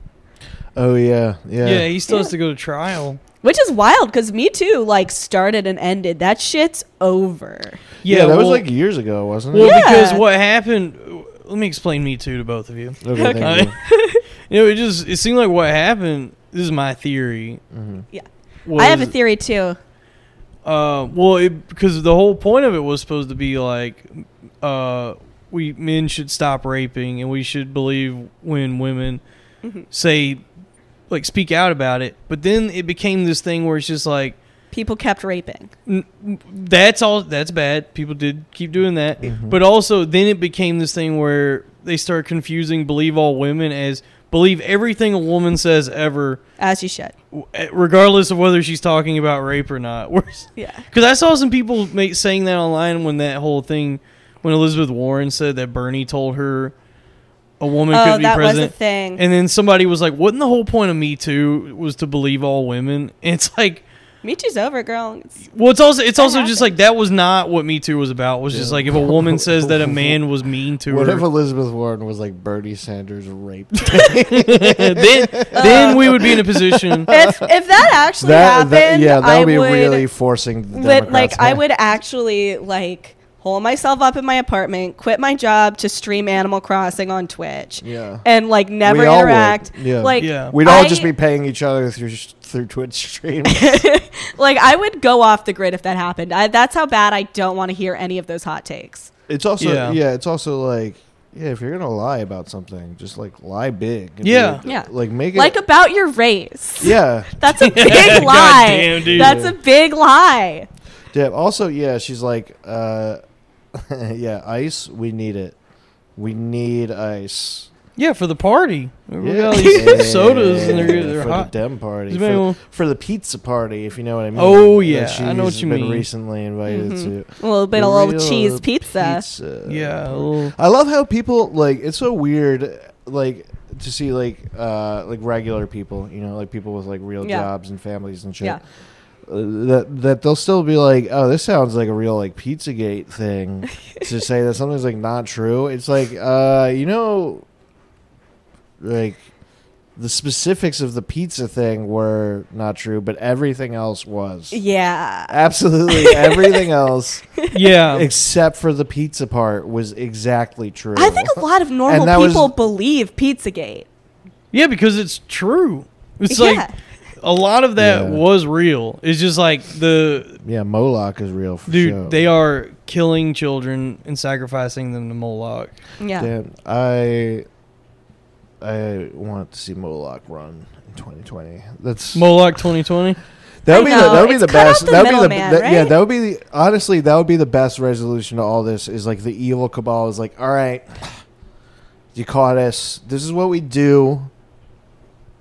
B: oh yeah,
C: yeah.
B: yeah,
C: he still has to go to trial.
A: Which is wild cuz me too like started and ended. That shit's over.
B: Yeah, that was
C: well-
B: like years ago, wasn't
C: Well,
B: it?
A: Yeah.
C: because what happened? Let me explain me too to both of you.
B: Okay,
C: Uh,
B: thank you.
C: you know, it just it seemed like what happened. This is my theory.
B: Mm-hmm.
A: Yeah.
C: was-
A: I have a theory too.
C: Uh, well, it, because the whole point of it was supposed to be like, uh, we men should stop raping, and we should believe when women
B: Mm-hmm.
C: say, like, speak out about it. But then it became this thing where it's just like,
A: People kept raping.
C: n- n- that's all that's bad people did keep doing that but also then it became this thing where they start confusing believe all women as believe everything a woman says ever
A: As you should.
C: w- eh, regardless of whether she's talking about rape or not because
A: Yeah.
C: i saw some people make, saying that online when that whole thing when elizabeth warren said that bernie told her a woman
A: Oh,
C: could be
A: that was a
C: president
A: thing.
C: and then somebody was like wasn't the whole point of me too was to believe all women and it's like
A: Me too's over, girl. It's-
C: well, it's also it's
A: That
C: also just
A: happens.
C: like that was not what Me Too was about. Was just
B: Yeah.
C: like if a woman says that a man was mean to
B: What if
C: her,
B: Elizabeth Warren was like Bernie Sanders raped?
C: then then we would be in a position.
A: If if that actually happened,
B: yeah, that
A: I
B: would be
A: would,
B: really forcing the
A: would- like
B: Democrats'
A: I
B: hand.
A: would actually like hole myself up in my apartment, quit my job to stream Animal Crossing on Twitch,
B: Yeah.
A: and like never
B: We all would.
A: interact.
B: Yeah.
A: Like
C: Yeah.
B: We'd all
A: I-
B: just be paying each other through sh- through Twitch stream.
A: Like I would go off the grid if that happened. I, that's how bad I don't want to hear any of those hot takes.
B: it's also
C: Yeah.
B: yeah. It's also like yeah, if you're gonna lie about something, just like lie big. and be
C: Yeah.
B: like,
A: Yeah.
B: Like make it
A: Like about your race.
B: yeah.
A: That's a big
C: Yeah,
A: lie.
C: goddamn, dude.
A: That's a big lie.
B: Yeah. Also, yeah, she's like, uh, yeah, ice. We need it. We need ice.
C: Yeah, for the party. We
B: Yeah.
C: got all these sodas and they're, they're
B: for
C: hot.
B: the dem party
C: Does
B: for,
C: anyone-
B: for the pizza party, if you know what I mean.
C: Oh,
B: that
C: yeah, I know what
B: she's
C: you
B: been
C: mean.
B: Recently invited
A: Mm-hmm.
B: to
A: A little bit
B: The
A: of little
B: real
A: cheese pizza.
B: pizza
C: yeah, a
B: party.
C: little-
B: I love how people like it's so weird like to see like uh like regular people, you know, like people with like real
A: Yeah.
B: jobs and families and shit.
A: Yeah.
B: Uh, That that they'll still be like, oh, this sounds like a real like Pizzagate thing to say that something's like not true. It's like, uh, you know, like the specifics of the pizza thing were not true, but everything else was
A: Yeah.
B: absolutely everything else
C: yeah.
B: except for the pizza part was exactly true.
A: I think a lot of normal
B: And that was-
A: people believe Pizzagate.
C: Yeah, because it's true. It's
A: yeah.
C: like a lot of that
B: Yeah.
C: was real. It's just like the
B: yeah, Moloch is real for
C: dude,
B: sure.
C: they are killing children and sacrificing them to Moloch.
A: yeah.
B: Damn, I I want to see Moloch run in 2020. That's
C: Moloch 2020.
B: that would
A: I
B: be the,
A: know,
B: that would be
A: it's
B: the
A: cut out
B: best.
A: the
B: that would be the
A: middleman,
B: that- yeah.
A: right?
B: That would be the, honestly that would be the best resolution to all this. Is like the evil cabal is like, all right, you caught us. This is what we do,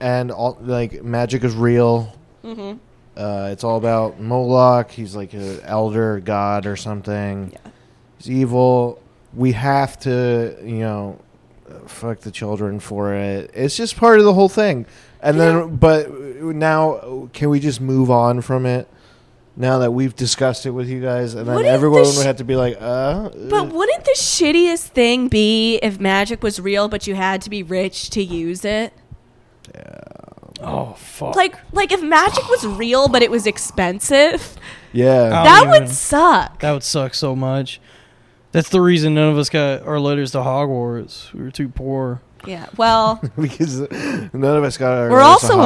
B: and all like magic is real.
A: Mhm.
B: Uh, it's all about Moloch. He's like an elder god or something.
A: Yeah.
B: He's evil. We have to, you know, uh, fuck the children for it. It's just part of the whole thing. And then, but uh, now, uh, can we just move on from it? Now that we've discussed it with you guys, and then
A: Wouldn't
B: everyone
A: this-
B: would have to be like, uh.
A: But wouldn't the shittiest thing be if magic was real but you had to be rich to use it?
C: Oh fuck.
A: Like like if magic was real but it was expensive,
B: yeah.
C: Oh,
A: that
C: yeah.
A: would suck.
C: that would suck so much. That's the reason none of us got our letters to Hogwarts. We were too poor.
A: yeah. Well,
C: Oh.
B: because none of us got our
A: We're also
B: because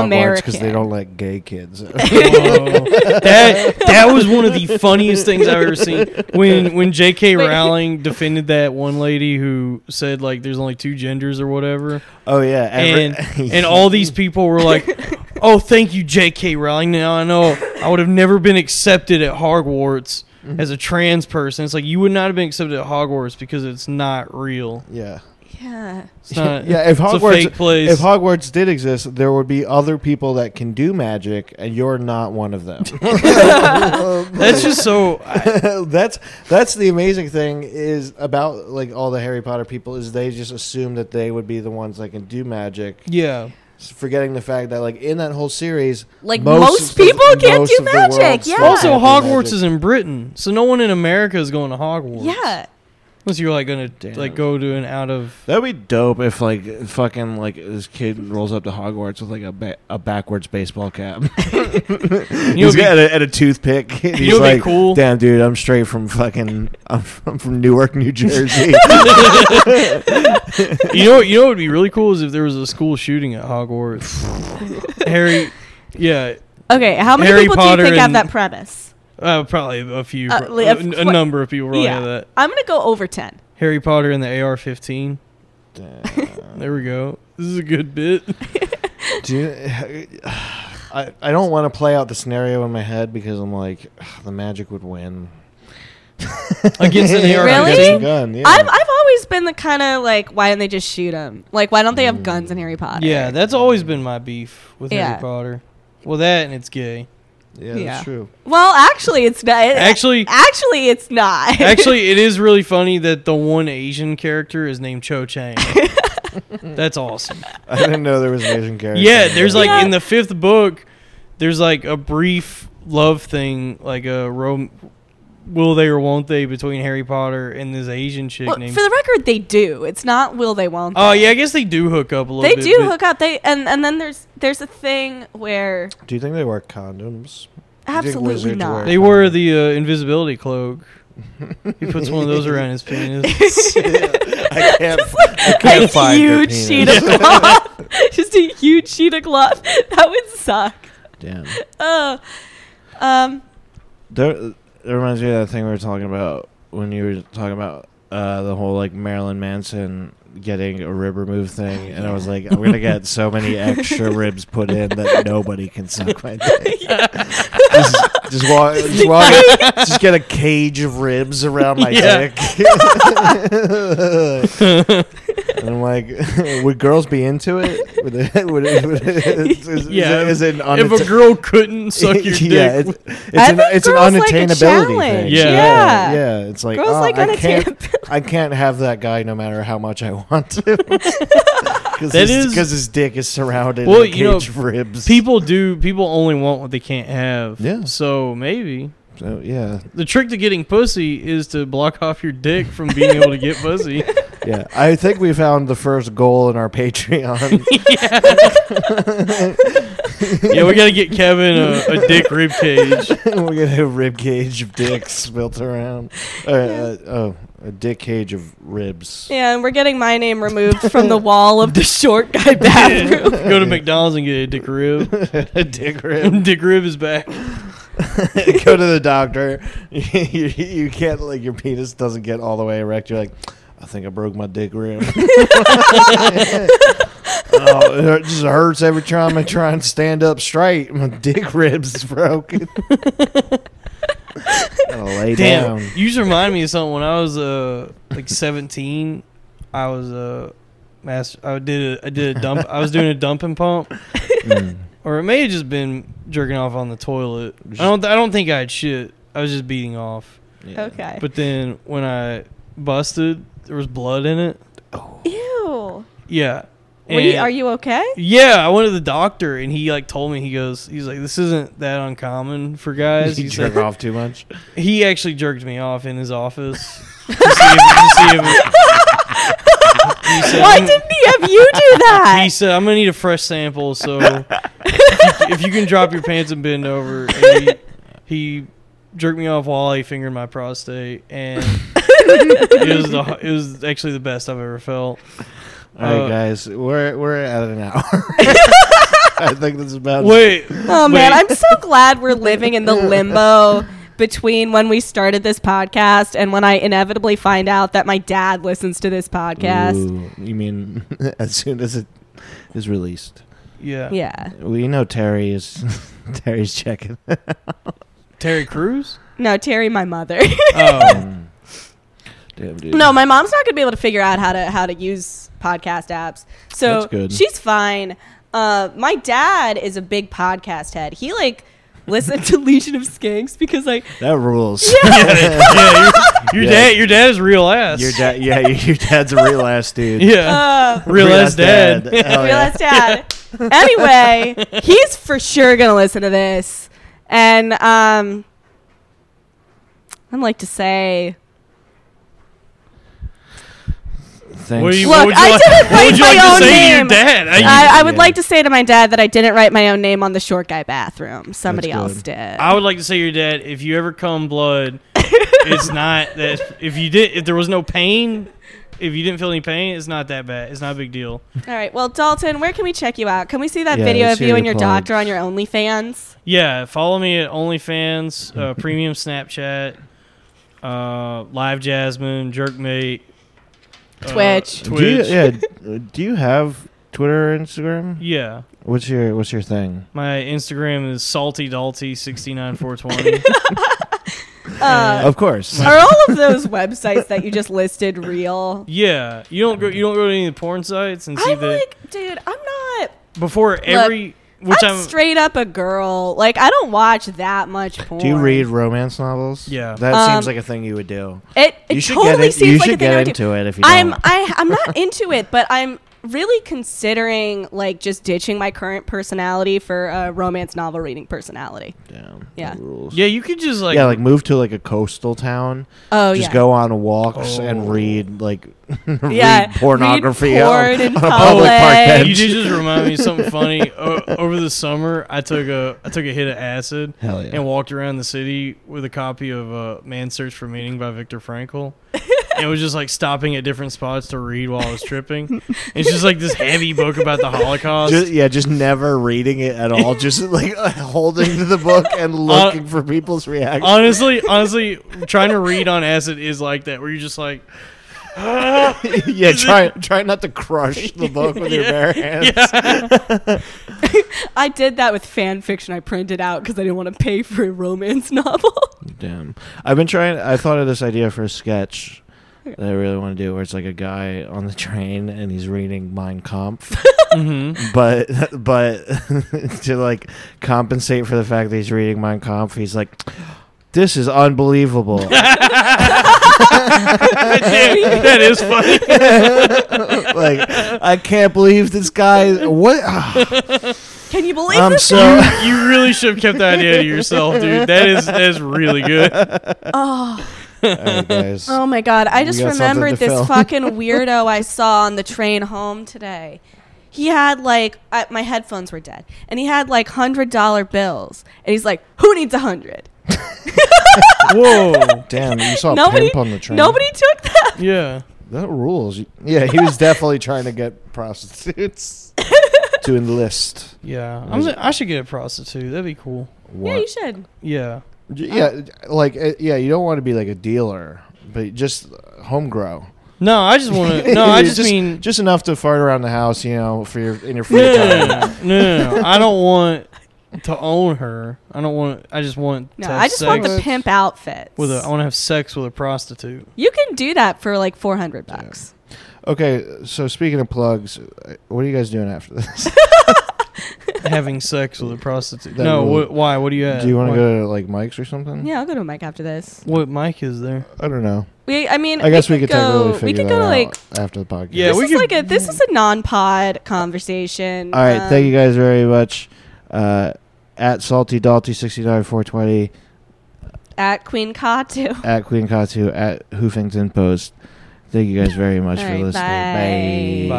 B: they
A: American.
B: don't like gay kids.
C: Whoa. that that was one of the funniest things I've ever seen. When when J.K.
A: Wait.
C: Rowling defended that one lady who said like there's only two genders or whatever,
B: oh yeah, every-
C: and and all these people were like, "Oh, thank you, J.K. Rowling. Now I know I would have never been accepted at Hogwarts as a trans person. It's like you would not have been accepted at Hogwarts because it's not real.
B: yeah.
A: yeah.
C: It's not.
B: yeah, if
C: it's a
B: Hogwarts,
C: fake place.
B: if Hogwarts did exist, there would be other people that can do magic, and you're not one of them.
C: That's just so. I,
B: that's that's the amazing thing is about like all the Harry Potter people is they just assume that they would be the ones that can do magic,
C: yeah.
B: forgetting the fact that like in that whole series,
A: Like, most
B: of
A: people can't do
B: of the
A: magic,
B: world's
A: yeah.
B: people
C: Also,
B: can't do
C: Hogwarts
B: magic.
C: is in Britain, so no one in America is going to Hogwarts.
A: Yeah.
C: Unless you're like gonna
B: Damn.
C: like go to an out of
B: That'd be dope if like fucking like this kid rolls up to Hogwarts with like a ba- a backwards baseball cap.
C: You'll
B: he's
C: be-
B: got a, and a toothpick. He's
C: You'll be
B: like,
C: cool.
B: Damn, dude, I'm straight from fucking I'm from, from Newark, New Jersey.
C: you know you know what would be really cool is if there was a school shooting at Hogwarts. Harry, yeah,
A: Okay, how many
C: Harry
A: people do
C: Potter
A: you think have
C: and-
A: that premise?
C: uh, probably a few,
A: Uh,
C: pro-
A: like,
C: a,
A: of
C: a
A: cour-
C: number of people probably have that.
A: I'm going to go over 10.
C: Harry Potter and the AR-15.
B: Damn.
C: There we go. This is a good bit.
B: Do you- I I don't want to play out the scenario in my head because I'm like "Ugh, the magic would win
C: Against an AR-15.
A: Really?
B: gun. Yeah.
A: I've, I've always been the kind of like, why don't they just shoot him? Like, why don't they have guns in Harry Potter?
C: Yeah, that's always been my beef with
A: Uh, Yeah.
C: Harry Potter. Well, that and it's gay.
B: yeah,
A: Yeah.
B: that's true.
A: Well, actually, it's not.
C: Actually-
A: actually, it's not.
C: Actually, it is really funny that the one Asian character is named Cho Chang. That's awesome.
B: I didn't know there was an Asian character.
C: Yeah, there's like
A: Yeah.
C: in the fifth book, there's like a brief love thing, like a rom- will they or won't they between Harry Potter and this Asian chick
A: Well, for
C: named.
A: the record, they do. It's not will they won't.
C: oh
A: they.
C: yeah, I guess they do hook up a little.
A: they
C: bit,
A: do
C: but-
A: hook up. They and and then there's there's a thing where
B: Do you think they wear condoms? You think
A: absolutely
B: wizards
A: not.
B: wear-
C: They wear the uh, invisibility cloak. He puts one of those around his penis.
B: I can't. I can't
A: a
B: find their
A: huge
B: penis.
A: sheet of cloth, just a huge sheet of cloth. That would suck.
B: Damn.
A: Oh, um,
B: That, that reminds me of that thing we were talking about when you were talking about uh, the whole like Marilyn Manson getting a rib removed thing, and I was like, I'm gonna get so many extra ribs put in that nobody can suck my dick. just, just walk, just, walk, just get a cage of ribs around my
C: Yeah.
B: dick. and I'm like, would girls be into it? Would it, would it, would it is, is
C: Yeah,
B: it, is it an
C: if
B: unatta-
C: a girl couldn't suck your dick,
B: yeah, it's, it's
A: I
B: an,
A: think
B: it's an
A: girls like a
B: unattainability
A: challenge.
B: thing.
C: Yeah.
B: yeah,
A: Yeah.
B: yeah. It's like,
A: girls
B: oh,
A: like
B: I can't,
A: unattainable.
B: I can't have that guy no matter how much I want to, because
C: That
B: his,
C: is-
B: 'cause his dick is surrounded
C: Well,
B: in a
C: you know,
B: cage of ribs.
C: people do. People only want what they can't have.
B: Yeah.
C: So maybe
B: so, yeah,
C: the trick to getting pussy is to block off your dick from being able to get pussy.
B: yeah. I think we found the first goal in our Patreon.
C: Yeah, we got to get Kevin a, a dick rib cage.
B: We're gonna have a rib cage of dicks built around. Uh, uh, oh, a dick cage of ribs.
A: Yeah, and we're getting my name removed from the wall of the short guy bathroom.
C: Go to McDonald's and get a dick rib.
B: a dick rib.
C: dick rib is back.
B: go to the doctor. you, you can't like your penis doesn't get all the way erect. You're like, I think I broke my dick rib. oh, it hurt- just hurts every time I try and stand up straight. My dick ribs broken. Gotta lay
C: Damn,
B: down.
C: you just remind me of something. When I was uh like 17, I was uh master. I did a I did a dump. I was doing a dump and pump,
B: Mm.
C: or it may have just been jerking off on the toilet. I don't I don't think I had shit. I was just beating off.
B: Yeah.
A: okay.
C: But then when I busted, there was blood in it.
B: Oh.
A: Ew.
C: Yeah.
A: Were you,
C: And-
A: are you okay?
C: Yeah, I went to the doctor and he like told me he goes he's like this isn't that uncommon for guys.
B: You
C: He's
B: jerk
C: like-
B: off too much.
C: he actually jerked me off in his office. to see if, to see if it- he said,
A: Why didn't he have you do
C: he
A: that?
C: said I'm gonna need a fresh sample, so if you, if you can drop your pants and bend over. And he, he jerked me off while he fingered my prostate, and it was the, it was actually the best I've ever felt.
B: All right,
C: Uh,
B: guys, we're we're at an hour. I think this is about
C: Wait,
A: Oh man,
C: wait.
A: I'm so glad we're living in the limbo between when we started this podcast and when I inevitably find out that my dad listens to this podcast.
B: Ooh, you mean as soon as it is released?
C: yeah.
A: Yeah.
B: We know Terry is Terry's checking.
C: Terry Crews.
A: No, Terry, my mother.
C: Oh.
B: Mm. Damn, dude.
A: no, my mom's not gonna be able to figure out how to how to use podcast apps. So
B: That's good.
A: she's fine. Uh, my dad is a big podcast head. He like listened to Legion of Skanks because like
B: that rules.
C: yeah, your, your
B: Yeah.
C: dad, your dad is real ass.
B: Your dad, yeah, your dad's a real ass dude.
C: yeah,
A: uh,
C: real, ass dad.
B: Hell
A: real
B: Oh, yeah.
A: ass dad. anyway, he's for sure gonna listen to this, and um, I'd like to say,
B: Thanks.
C: What do you-
A: look,
C: would
A: I
C: like-
A: didn't
C: What
A: write
C: would you
A: my
C: like
A: own
C: to say to your
A: name.
C: dad? I,
A: I, I would
B: Yeah.
A: like to say to my dad that I didn't write my own name on the short guy bathroom. Somebody
B: That's good.
A: else did.
C: I would like to say to your dad, if you ever come blood, it's not that. If you did, if there was no pain, if you didn't feel any pain, it's not that bad. It's not a big deal.
A: All right. Well, Dalton, where can we check you out? Can we see that
B: Yeah,
A: video
B: let's
A: of
B: hear
A: you
B: your
A: and your
B: plugs.
A: doctor on your OnlyFans?
C: Yeah, follow me at OnlyFans, uh, Premium Snapchat, uh, Live Jasmine, Jerkmate, uh,
A: Twitch.
B: Do you-
C: Twitch. yeah.
B: yeah. Do you have Twitter or Instagram?
C: yeah,
B: What's your What's your thing?
C: my Instagram is salty dalty sixty nine four twenty.
A: Uh,
B: Of course.
A: are all of those websites that you just listed real?
C: Yeah, you don't go. You don't go to any of the porn sites and see
A: I'm
C: that
A: like, dude, I'm not.
C: before every which
A: I'm,
C: I'm.
A: straight up a girl. Like, I don't watch that much porn.
B: Do you read romance novels?
C: Yeah.
B: that
A: Um,
B: seems like a thing you would do.
A: It, it
B: you should
A: totally
B: get in,
A: seems
B: you
A: like
B: should
A: a thing I
B: get
A: would do.
B: into it if you
A: I'm
B: don't.
A: I I'm not into it, but I'm really considering like just ditching my current personality for a romance novel reading personality.
B: Damn,
A: Yeah.
B: the rules.
C: yeah, you could just like.
B: yeah, like move to like a coastal town.
A: Oh
B: just
A: yeah.
B: go on walks and
C: Oh.
B: read like
A: Yeah,
B: read pornography
A: read
B: on,
A: porn in
B: on a public park
A: public.
B: bench.
C: you did just remind me of something funny. O- over the summer, I took a I took a hit of acid
B: Hell yeah.
C: and walked around the city with a copy of uh, "Man Search for Meaning" by Viktor Frankl. and was just like stopping at different spots to read while I was tripping. It's just like this heavy book about the Holocaust.
B: Just, yeah, just never reading it at all. Just like holding the book
C: Uh,
B: and looking for people's reactions.
C: honestly, honestly, trying to read on acid is like that, where you're just like, uh,
B: yeah, try try not to crush the book with your bare hands.
A: I did that with fan fiction I printed out because I didn't want to pay for a romance novel.
B: Damn. I've been trying. I thought of this idea for a sketch that I really want to do, where it's like a guy on the train and he's reading Mein Kampf,
C: mm-hmm.
B: but but to like compensate for the fact that he's reading Mein Kampf, he's like, "This is unbelievable."
C: that is funny.
B: like, I can't believe this guy. What? Ah,
A: Can you believe
B: I'm
A: this?
B: so.
C: You really should have kept that idea to yourself, dude. That is that is really good.
A: Oh,
B: Alright, guys.
A: oh my god! I just
B: got something to
A: remembered this
B: fill.
A: fucking weirdo I saw on the train home today. He had like I, my headphones were dead, and he had like hundred dollar bills, and he's like, "Who needs a hundred?
C: Whoa.
B: Damn, you saw a
A: Nobody,
B: pimp on the train.
A: nobody took that.
C: Yeah.
B: That rules. Yeah, he was definitely trying to get prostitutes to enlist.
C: Yeah. I'm, gonna- I should get a prostitute. That'd be cool.
B: What?
A: Yeah, you should.
C: Yeah.
B: Yeah, like uh, yeah, you don't want to be like a dealer, but just uh, home grow.
C: No, I just want to. No, I just, mean.
B: just enough to fart around the house, you know, for your in your
C: no,
B: free
C: no,
B: time.
C: no, no, no. I don't want to own her. I don't want. I just want.
A: No,
C: to have
A: I just want
C: sex
A: the pimp outfits.
C: With a, I want to have sex with a prostitute.
A: you can do that for like four hundred bucks.
B: Okay, so speaking of plugs, uh, what are you guys doing after this?
C: having sex with a prostitute.
B: That
C: no,
B: rule.
C: wh- why? What do you have?
B: Do you want to
C: Why-
B: go to like Mike's or something?
A: Yeah, I'll go to a mic after this.
C: What mic is there?
B: I don't know.
A: We, I mean,
B: I guess we could
A: go.
B: totally
A: We
B: figure
A: could
B: that
A: go
B: out
A: like
B: after the podcast.
C: Yeah,
A: this
C: we
A: is
C: could-
A: like a this is a non-pod conversation.
B: All right,
A: Um,
B: thank you guys very much. Uh, at salty dalty sixty nine four twenty
A: At Queen Katu.
B: at Queen Katu at Hoofington Post. Thank you guys very much
A: All
B: for
A: right, bye.
B: listening.
C: Bye.